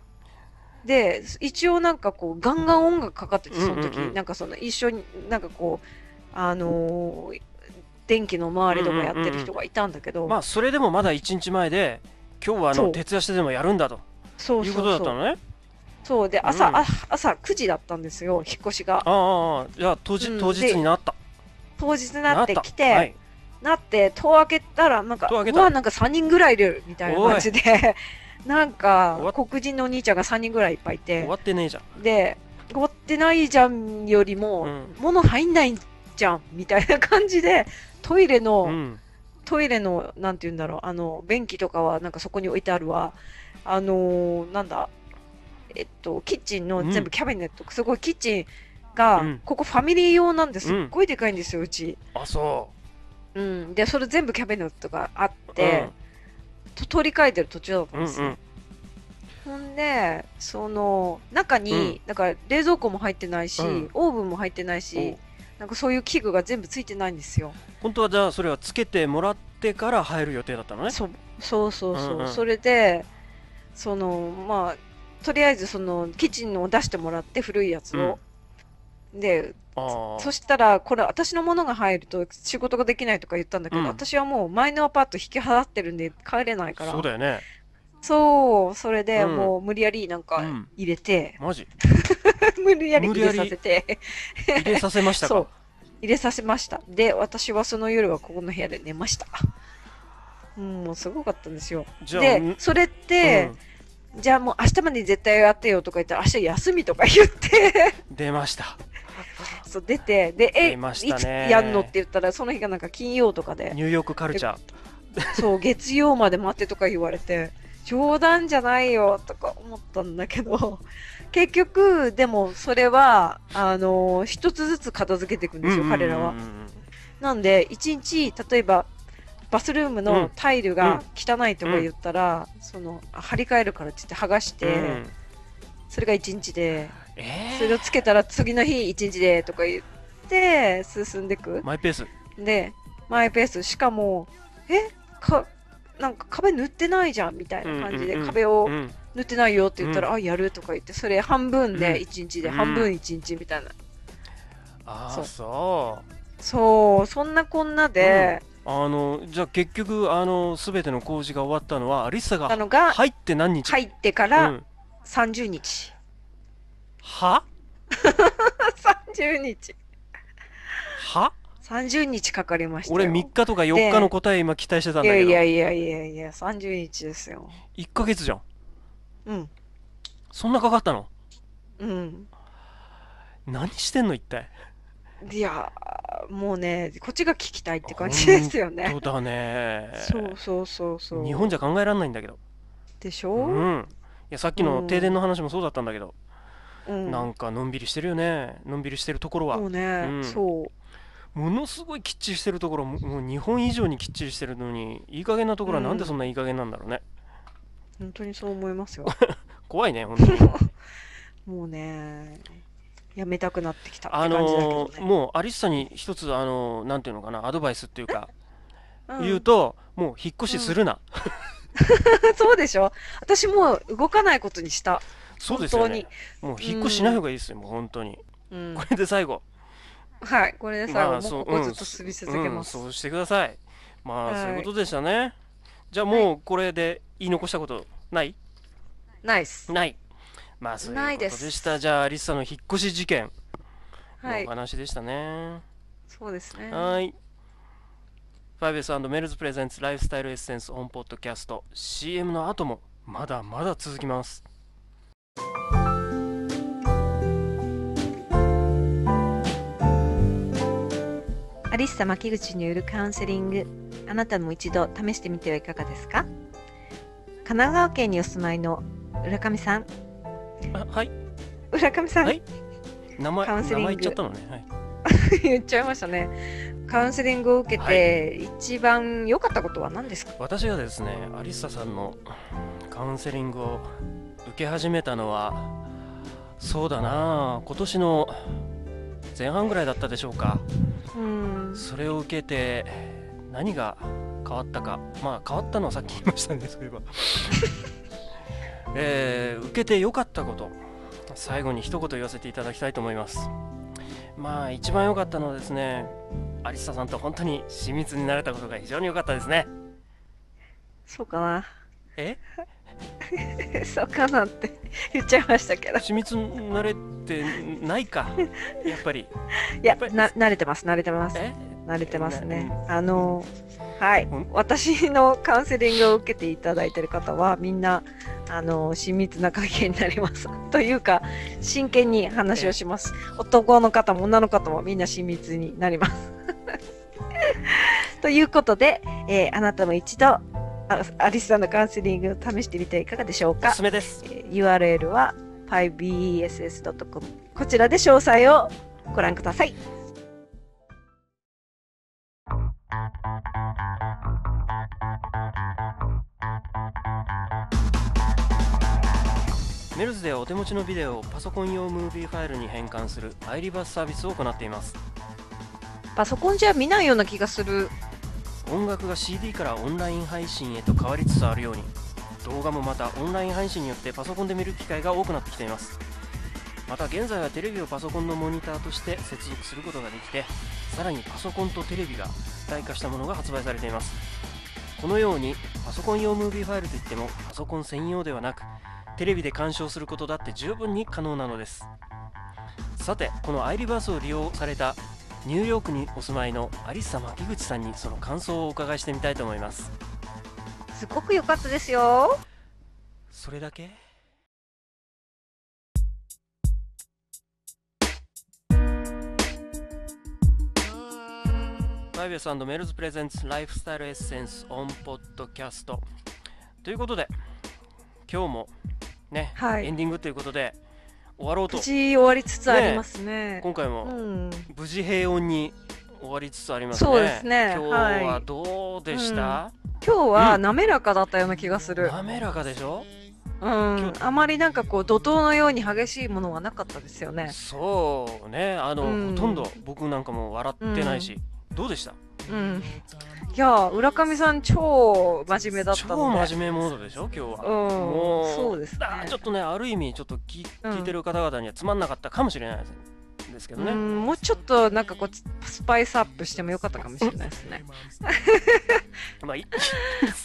で一応なんかこうガンガン音楽かかっててその時、うんうんうんなんかその一緒になんかこうあのー電気の周りとかやってる人がいたんだけど、まあそれでもまだ1日前で今日はあそのう徹夜してでもやるんだとそういそううことだったそうのねそうで朝、うんあ朝9時だったんですよ引っ越しがああああじゃあ当日うん当日でになった当日になってきなてな,、ったはいって戸を開けたらなんか戸を開けうたわなんか3人ぐらいいるみたいな感じで なん終かわっ黒人のお兄ちゃんが3人ぐらいいっぱいいて終わってねえじゃんで終わってないじゃんよりも、うん物入んないじゃんみたいな感じでトイレの、うんトイレの、なんて言うんだろう、あの、便器とかは、なんかそこに置いてあるわ。あのーなんだ、えっと、キッチンうのん全部キャビネット、すごいキッチンうがん、ここファミリー用なんです。すうんっごいでかいんですよ、うち。あそうん。で、それ全部キャビネットがあっうて、と取り替えてる途中だったうんんうんですうよ。んほんで、その、中に、なんか冷蔵庫も入ってないし、うんオーブンも入ってないしお、なんかそういう器具が全部ついてないんですよ。本当はじゃあそれはつけてもらってから入る予定だったのねそそうそうそう、うんうんそれでそのまあとりあえずそのキッチンのを出してもらって古いやつを、でああそしたらこれ私のものが入ると仕事ができないとか言ったんだけど、うん私はもう前のアパート引き払ってるんで帰れないからそうだよねそうそれでうんもう無理やりなんかうん入 れて、マ ジ無理やり無理入やれりさせて入れさせましたそうか入れさせましたで私はその夜はここの部屋で寝ましたうんもうすごかったんですよじゃあでそれって、じゃあもう明日までに絶対やってよとか言ったら明日休みとか言って うん出ましたそう出てでえ出ましたねいつやんのって言ったらその日がなんか金曜とかでニューヨークカルチャーそう月曜まで待ってとか言われて冗談じゃないよとか思ったんだ けど結局でもそれはあのー一つずつ片付けていくんですよ、うん彼らはうんうんうんなんで1日例えばバスルームうんのタイルが汚いとか言ったら、そのあ張り替えるからって言って剥がして、うんそれが1日でえそれえをつけたら次の日一日でとか言って進んでくマイペースでマイペースしかもえかなんか壁塗ってないじゃんみたいな感じでうんうんうん壁をうん塗ってないよって言ったら、うんあやるとか言ってそれ半分うでん1日で、うん半分1日みたいなあそあうそうそうそんなこんなで、あのじゃあ結局あの全ての工事が終わったのはアリッサあがのが入って何日入ってかうらん30日、 は30日は30日かかりましたよ俺3日とか4日の答え今期待してたんいだやけいどやいやいやいや30日ですよ1ヶ月じゃんうんそんなかかったのうん何してんの一体いやもうねこっちが聞きたいって感じですよねそうだねそうそうそうそう日本じゃゃ考えられないんだけどでしうょ、んいやさっきの停電の話もそうだったんだけどうんなんかのんびりしてるよねのんびりしてるところはもうね、うんそうものすごいきっちりしてるところももう日本以上にきっちりしてるのにいい加減なところはなんでそんないい加減なんだろうね、本当にそう思いますよ怖 いね本当にもうねやめたくなってきたってあ感じだけどのねー、もうアリッサに一つあのー、なんていうのかなアドバイスっていうか、うん言うともう引っ越しするな、 そうでしょ私もう動かないことにした、そうですよね本もう引っ越ししない方がいいですよ、もう本当にうんこ、れで最後はいこれで最後、まあもうそうここうずんっと住み続けます、うんそうしてくださいまあ、はいそういうことでしたねじゃあもうこれで言い残したことないナイスないまあそういうないこでとすでしたじゃあアリッサの引っ越し事件はのおい話でしたねそうですねはい。5S& メルズプレゼンツライフスタイルエッセンスオンポッドキャスト CM の後もまだまだ続きます。アリッサ牧口によるカウンセリングあなたも一度試してみてはいかがですか神奈川県にお住まいの浦上さんあはい。浦上さん、はい名前カウンセリング名前言っちゃったのね。はい。言っちゃいましたねカウンセリングを受けて一番良かったことは何ですか、私がですねアリッサさんのカウンセリングを受け始めたのはそうだなあ今年の前半ぐらいだったでしょうか。うんそれを受けて何が変わったかまあ変わったのはさっき言いましたねそう いえばえー受けてよかったこと最後に一言言わせていただきたいと思いますまあ一番良かったのはですねアリスタさんと本当に親密になれたことが非常に良かったですねそうかな えそうかなって言っちゃいましたけど親密になれてないかやっぱりいややっぱりな慣れてます慣れてますえ慣れてますねなあのはいほん私のカウンセリングを受けていただいてる方はみんなあの親密な関係になります というか真剣に話をします男の方も女の方もみんな親密になります ということで、えーあなたも一度あアリスさんのカウンセリングを試してみてはいかがでしょうおかすすめですえー URL は 5bess.com こちらで詳細をご覧ください。メルズではお手持ちのビデオをパソコン用ムービーファイルに変換するアイリバースサービスを行っていますパソコンじゃ見ないような気がする。音楽が CD からオンライン配信へと変わりつつあるように動画もまたオンライン配信によってパソコンで見る機会が多くなってきていますまた現在はテレビをパソコンのモニターとして接続することができてさらにパソコンとテレビが一体化したものが発売されていますこのようにパソコン用ムービーファイルといってもパソコン専用ではなくテレビで鑑賞することだって十分に可能なのですさてこのアイリバースを利用されたニューヨークにお住まいの有リ牧口さんにその感想をお伺いしてみたいと思いますすごく良かったですよ。それだけマイビアスメルズプレゼンツライフスタイルエッセンスオンポッドキャストということで今日もね、はいエンディングということで終わろうと無事終わりつつありますね。今回うもん。無事平穏に終わりつつありますね。そうですね今日ははいどうでした、今日はうん滑らかだったような気がする。滑らかでしょ、うん。あまりなんかこう怒涛のように激しいものはなかったですよね。そうねあの、うんほとんど僕なんかもう笑ってないし、どうでしたうん。いやー浦上さん超真面目だった超ので真面目モードでしょ今日は、うんもうそうですねあーちょっとねある意味ちょっと聞,、うん聞いてる方々にはつまんなかったかもしれないですですけどね、うんもうちょっとなんかこうスパイスアップしてもよかったかもしれないです ね。まあい い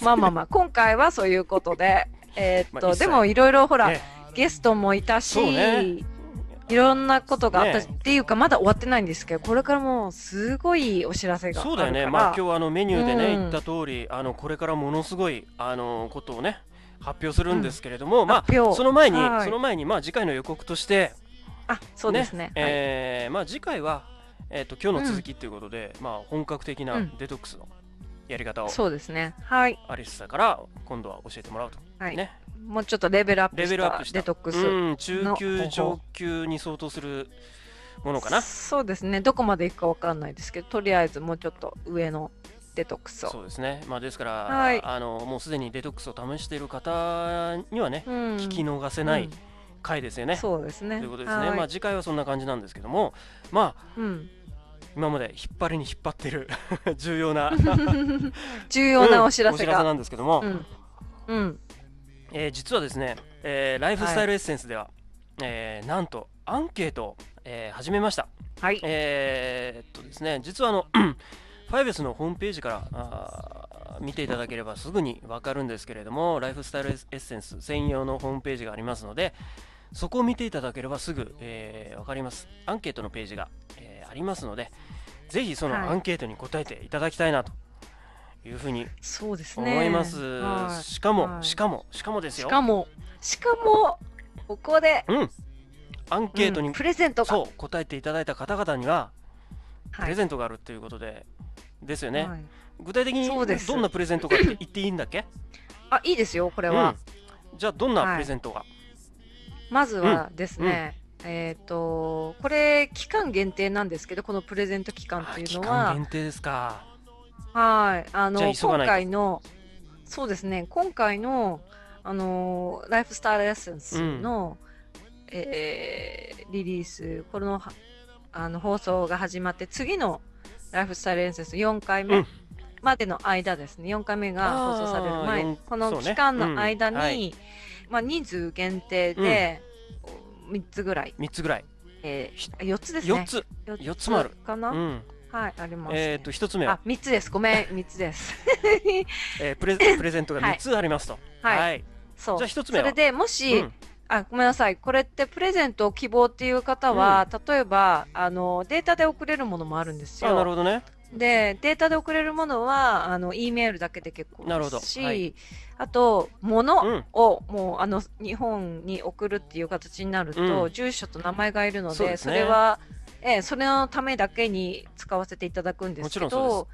まあまあまあ今回はそういうことで、えーっと、まあ一切でもいろいろほら、ねゲストもいたし、そうねいろんなことがあった、ねっていうかまだ終わってないんですけどこれからもうすごいお知らせがあるそかうらだよね、まあ、今日あのメニューでね、うん言った通り、あのこれからものすごいあのことをね、発表するんですけれども、ま発あ、表その前に、はいその前に、まあ、次回の予告として、あそうですねはいえーまあ、次回は、えー、と今日の続きということで、まあ、本格的なうんデトックスのやり方を、そうですねはいアリスさんから今度は教えてもらうと、はい、ね、もうちょっとレベルアップレベルアップししたたデトックス、うん、中級、の方法上級に相当するものかな。そうですねどこまでいくかわかんないですけどとりあえずもうちょっと上のデトックスをそうですね、まあ、ですから、はいあのもうすでにデトックスを試している方にはね、うん聞き逃せないうん回ですよね。そうですねということですはね。いまあ次回はそんな感じなんですけども、まあ うん、今まで引っ張りに引っ張ってる 重要 な重要なお知ら うんせお知らせが、なんですけども、うんうん、えー実はですね、えーライフスタイルエッセンスでは、えーなんとアンケートを、えー始めました。はいえーっとですね、実はあの ファイブスのホームページからあー見ていただければすぐにわかるんですけれども、ライフスタイルエッセンス専用のホームページがありますので、そこを見ていただければすぐ、えーわかります。アンケートのページが、えーありますので、ぜひそのはいアンケートに答えていただきたいなというふうにそうですね思います。はいしかも、はいしかも、しかもですしよ。かもしかもここでうん。アンケートに、うんプレゼントがそう答えていただいた方々には、プはいレゼントがあるということで、ですよね。はい具体的にそうですどんなプレゼントかって言っていいんだっけあいいですよこれは、うん、じゃあどんなプレゼントが、まずはですね、えっ、とこれ期間限定なんですけどこのプレゼント期間あとーいう期の間は限定ですかはい、あじゃあの急が今ないと回のそうですね今回のあのライフスタイルエッセンスの、えーリリースこのはあの放送が始まって次のライフスタイルエッセンス4回う目んまでの間ですね、4回目が放送されるあー前四こそのうね期間の間に、うんはいまあ、人数限定で3つぐらい、 3つぐらいえー、4つですね4つ、四四つもあるかな、うんはいあります、ねえっ、と1つ目あは、、三つです。ごめん、三 つです。えープレ ゼプレゼントが3つありますとはい、はい、そう。じゃあ一つ目はそれでもし、うんあ、ごめんなさい。これってプレゼントを希望っていう方は、例えばあのデータで送れるものもあるんですあなるよ。ほどねで、データで送れるものはあの E メールだけで結構なるほでどすし、はいあと物うんをもうあの日本に送るっていう形になると、う住所と名前がいるのでそそうですねれは、ええそれのためだけに使わせていただくんですけもちろんそど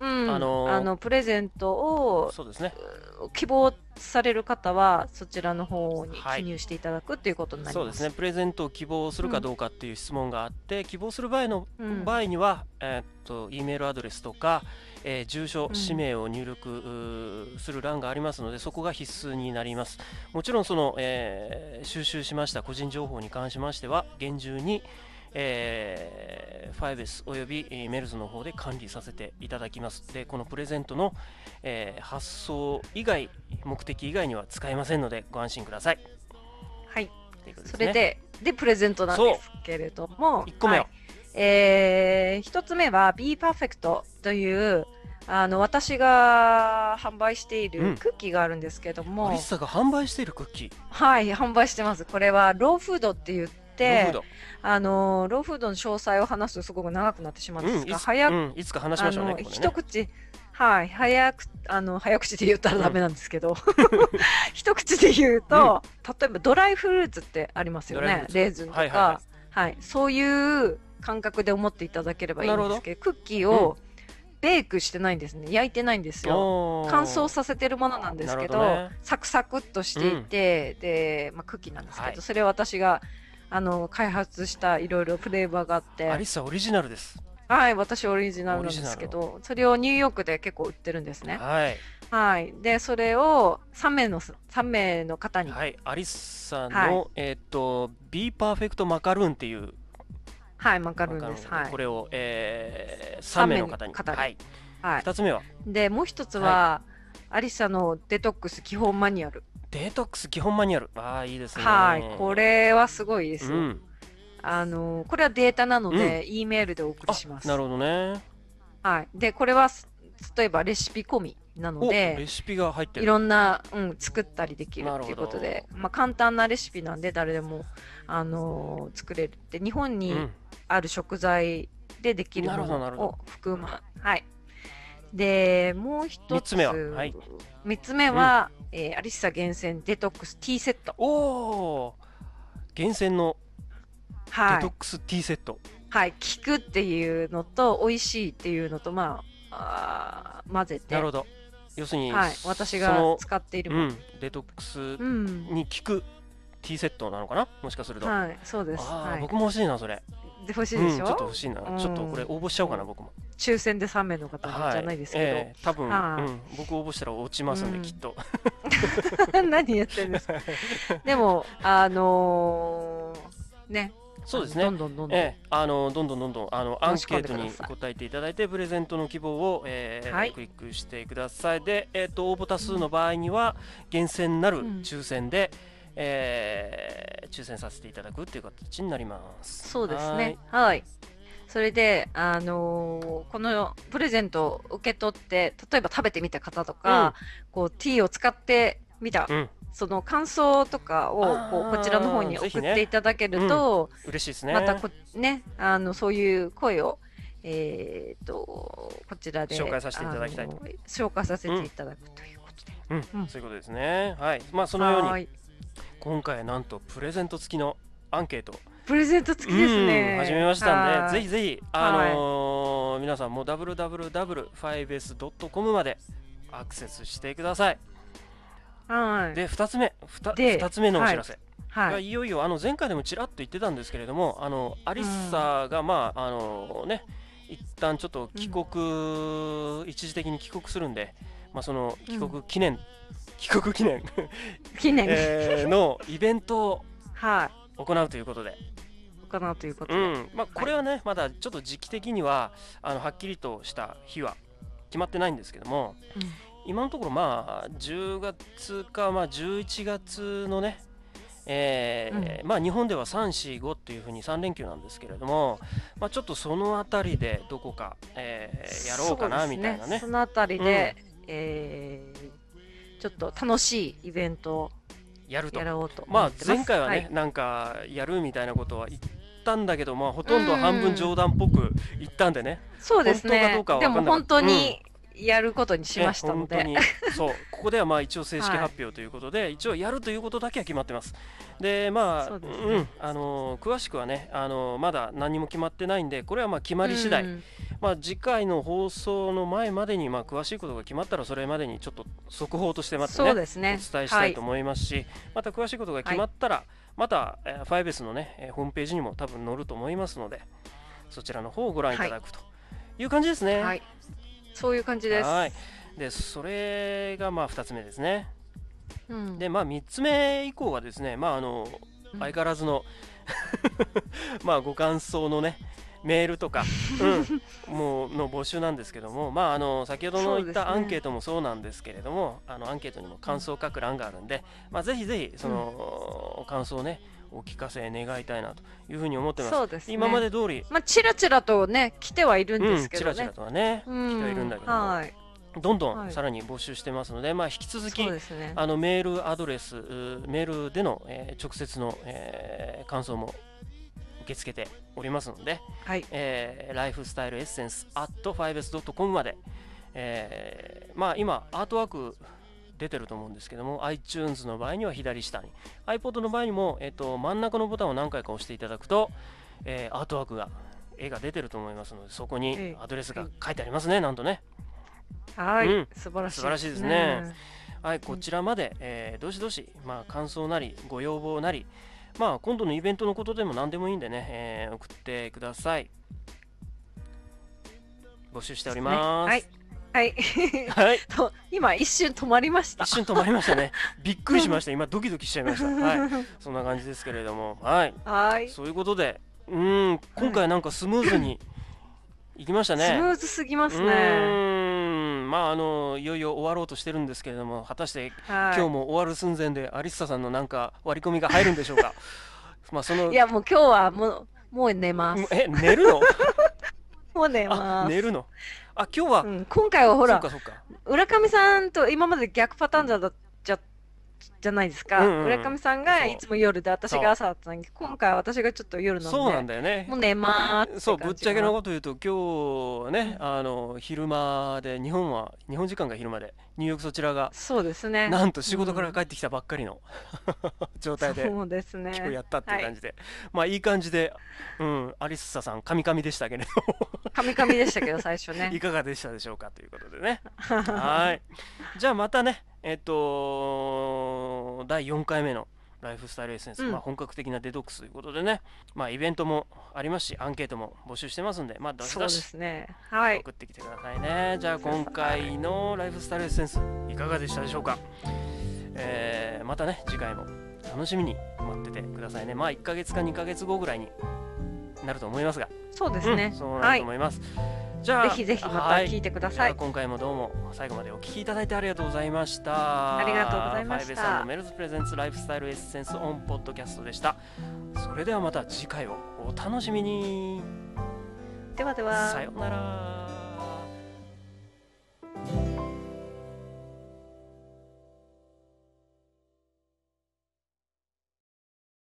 うんあのーあのプレゼントをそうですね希望される方はそちらの方にはい記入していただくということになりそうま。ですすねプレゼントを希望するかどうかっていう質問があって、希望する場合の、うん場合には、えーっと E メールアドレスとか、えー住所、うん氏名を入力うーする欄がありますのでそこが必須になりますもちろんその、えー収集しました個人情報に関しましては厳重に、えー、5S およびえーメルズの方で管理させていただきますでこのプレゼントの、えー発送以外目的以外には使えませんのでご安心くださいはい、ということですそねれででプレゼントなんですけれども、 1個目は、はいえー一つ目は Be Perfect というあの私が販売していうるんクッキーがあるんですけども、アリッサが販売しているクッキー、はい販売してます。これはローフードって言っローフーてド、あのローフードの詳細を話すとすごく長くなってしまうんうでん、すいが、つ早くうんいつか話しましょうね。あのこれね一口はい早くあの早口で言ったらダメなんですけど、 一口で言うと、例えばドライフルーツってありますよドライフねルーツレーズンとか、ははいいはいはそういう感覚で思っていただければいいんですけどクッキーをベイクしてないんですね焼いてないんですよおー乾燥させてるものなんですけどなるほどねサクサクっとしていて、で、まあ、クッキーなんですけど、はいそれを私があの開発したいろいろフレーバーがあってアリッサオリジナルです。はい、私オリジナルなんですけど、それをニューヨークで結構売ってるんですね。はい、はい。で、それを3名の、3名の方に、はい、はい、アリッサの、はいえーっと、ビーパーフェクトマカルーンっていう。マカロンです。マカロンはいこ。れを、えー、三三名名のの方に。方にはい、はい2つ目はでもう一つは、アリサのデトックス基本マニュアル。デトックス基本マニュアルああいいですねはい、これはすごいですうよ。んあのこれはデータなので、E メールでお送りあします。なるほどねはい、でこれは例えばレシピ込みなのおレでシピが入っているろんな、うん、作ったりできるなるほってどいうことで、まあ、簡単なレシピなんで誰でも、あのー作れるって日本にうんある食材でできるなるもほどなるのほを含む。はい、でもう一三つつ目ははい三つ目はえーアリッサ厳選デトックスティーセット。おお厳選のデはいトックスティーセットはい、効くっていうのと美味しいっていうのとまああー混ぜてなるほど要するにはい、私そがの使っているもうの、んデトックスうんに効くティーセットなのかなもしかするとあはい、そうです。あはーい、僕も欲しいなそれで欲しいうんでちしょょ、っと欲しいなうんちょっとこれ応募しちゃおうかな僕も抽選で3名の方はじゃないですけど、ええ多分はいうん僕応募したら落ちますんでうんきっと 何やってるんですか。でも、 あのーね、そうですあねのどんどんどんどん、ええあのどんどんどんどんあのアン申しケ込ーんでトくださいに答えていただいてプレゼントの希望を、ええはいクリックしてくださいで、えっと応募多数の場合には厳選なるうん抽選で、ええ抽選させていただくっていう形になりますそうですね。はい。それで、あのーこのプレゼントを受け取って、例えば食べてみた方とか、こう、ティーを使ってみた、うんその感想とかをこあうーこちらの方に送ぜっひねていただけると、はい嬉しいですねまたこねあのそういう声をえー、とこちらで紹介させていただきたいあの紹介させていただくということで、うん、うんそういうことですね。はい、まあそのようはにーい今回なんとプレゼント付きのアンケート、プレゼント付きですね、うん始めましたんはで、ーぜいひぜひあのー皆さんも www.5s.com までアクセスしてください。はいで二つ目、ふたで二つ目のお知らせ。、はいいよいよあの前回でもちらっと言ってたんですけれども、あのアリッサがまああのね一旦ちょっと帰国、一時的に帰国するんで、まあその帰国記念、帰国記念。記念、えーのイベントをは行うということで、いかなということうで、んまあ、これはね、まだちょっと時期的にはあのはっきりとした日は決まってないんですけども今のところまあ10月か、まあ、11月のねえーまあ、日本では345っていうふうに3連休なんですけれども、まあ、ちょっとそのあたりでどこか、えーやろうかなそみですたいなねそのあたりで、えーちょっと楽しいイベントをやるとやろうと思まあってす前回はね、いなんかやるみたいなことは言ったんだけど、まあ、ほとんど半分冗談っぽく言ったんでね、そうですね。本当かどうかでは分かもんなかっ本た当にやることにしましたのねで。本 当にそうここではまあ一応正式はい発表ということで、一応やるということだけは決まってますでまあそうですねんあのー詳しくはね、あのーまだ何も決まってないんでこれはまあ決まり次第、うんまあ、次回の放送の前までにまあ詳しいことが決まったらそれまでにちょっと速報としてまたそうねですね。お伝えしたいと思いますし、また詳しいことが決まったら、また、えー、5S のね、えーホームページにも多分載ると思いますのでそちらの方をご覧いただくという感じですね。はい。はい。そういう感じです。はいでそれがまあ2つ目ですね。うんでまあ3つ目以降はですねまああのうん相変わらずの まあご感想のねメールとか、うん、もうの募集なんですけどもまああの先ほどの言っそうですねたアンケートもそうなんですけれども、あのアンケートにも感想を書く欄があるんで、まあ、ぜひぜひその、感想をねお聞かせ願いたいなというふうに思ってます。そうですね。今まで通り、まあちらちらとね来てはいるんうですん、けちどらちらね。とはね、うん来てはいるんだけどもはい。どんどはんいさらに募集してますので、まあ、引き続きそうですね。あのメールアドレス、うーメールでの、えー直接の、えー感想も受け付けておりますので、はい。えー、ライフスタイルエッセンス at 5s.com まで、えーまあ今、アートワーク出てると思うんですけども、iTunes の場合には左下に、iPod の場合にも、えっと真ん中のボタンを何回か押していただくと、えーアートワークが、絵が出てると思いますので、そこえにえアドレスが書いてありますね、なんとね。はうんい。素晴らしい。素晴らしいですね。はい、こちらまで、えーどしどし、まあ、感想なり、ご要望なり、まあ、今度のイベントのことでも何でもいいんでね、えー送ってください。募集しておりねます。はい。はい。はい。と 今一瞬止まりました一。瞬止まりました ね。びっくりしました。今、ドキドキしちゃいました。はい。そんな感じですけれども、はい。はい。スそういうことで、うーん、今回なんかスムーズにいきましたムね。ーズすぎますうね。ーまああのいよいよ終わろうとしてるんですけれども果たしては今い、日も終わる寸前でアリッサさんのなんか割り込みが入るんでしょう かまあそのいやもう今日はもうもう寝ますもうえ寝るのもう寝あます寝るのあ今日は、うん、今回はほらそうかそうか浦上さんと今まで逆パターンだったじゃじゃないですか、うんうん浦上さんがそういつも夜で私そうが朝だったんだけど今回は私がちょっと夜なんでそうなんだよねもう寝まーすってそうぶっちゃけのここと言うと今日ねあの昼間で日本は日本時間が昼間でニューヨークそちらがそうですねなんと仕事から帰ってきたばっかりの 状態でそうですね今日やったっていう感じで、まあいい感じで、うん、アリッサさん、カミカミでしたけれカミカミでしたけど最初ど、 いねかがでしたでしょうかということで ね。ははい。じゃあまたね、えっと、第4回目のライフスタイルエッセンス、うんまあ本格的なデトックスということでね、まあイベントもありますし、アンケートも募集してますんで、まあどしそうどでしすねはい送ってきてくださいねじゃあ今回のライフスタイルエッセンスいかがでしたでしょうか、えーまたね次回も楽しみに待っててくださいねまあ1ヶ月か2ヶ月後ぐらいになると思いますがそうですねうん、そうなると思います、じゃあぜひぜひまたはい聞いてくだじゃさあい今回もどうも最後までお聞きいただいてありがとうございましたありがとうございましたファイベさんのメルズプレゼンツライフスタイルエッセンスオンポッドキャストでしたそれではまた次回をお楽しみにではではさようなら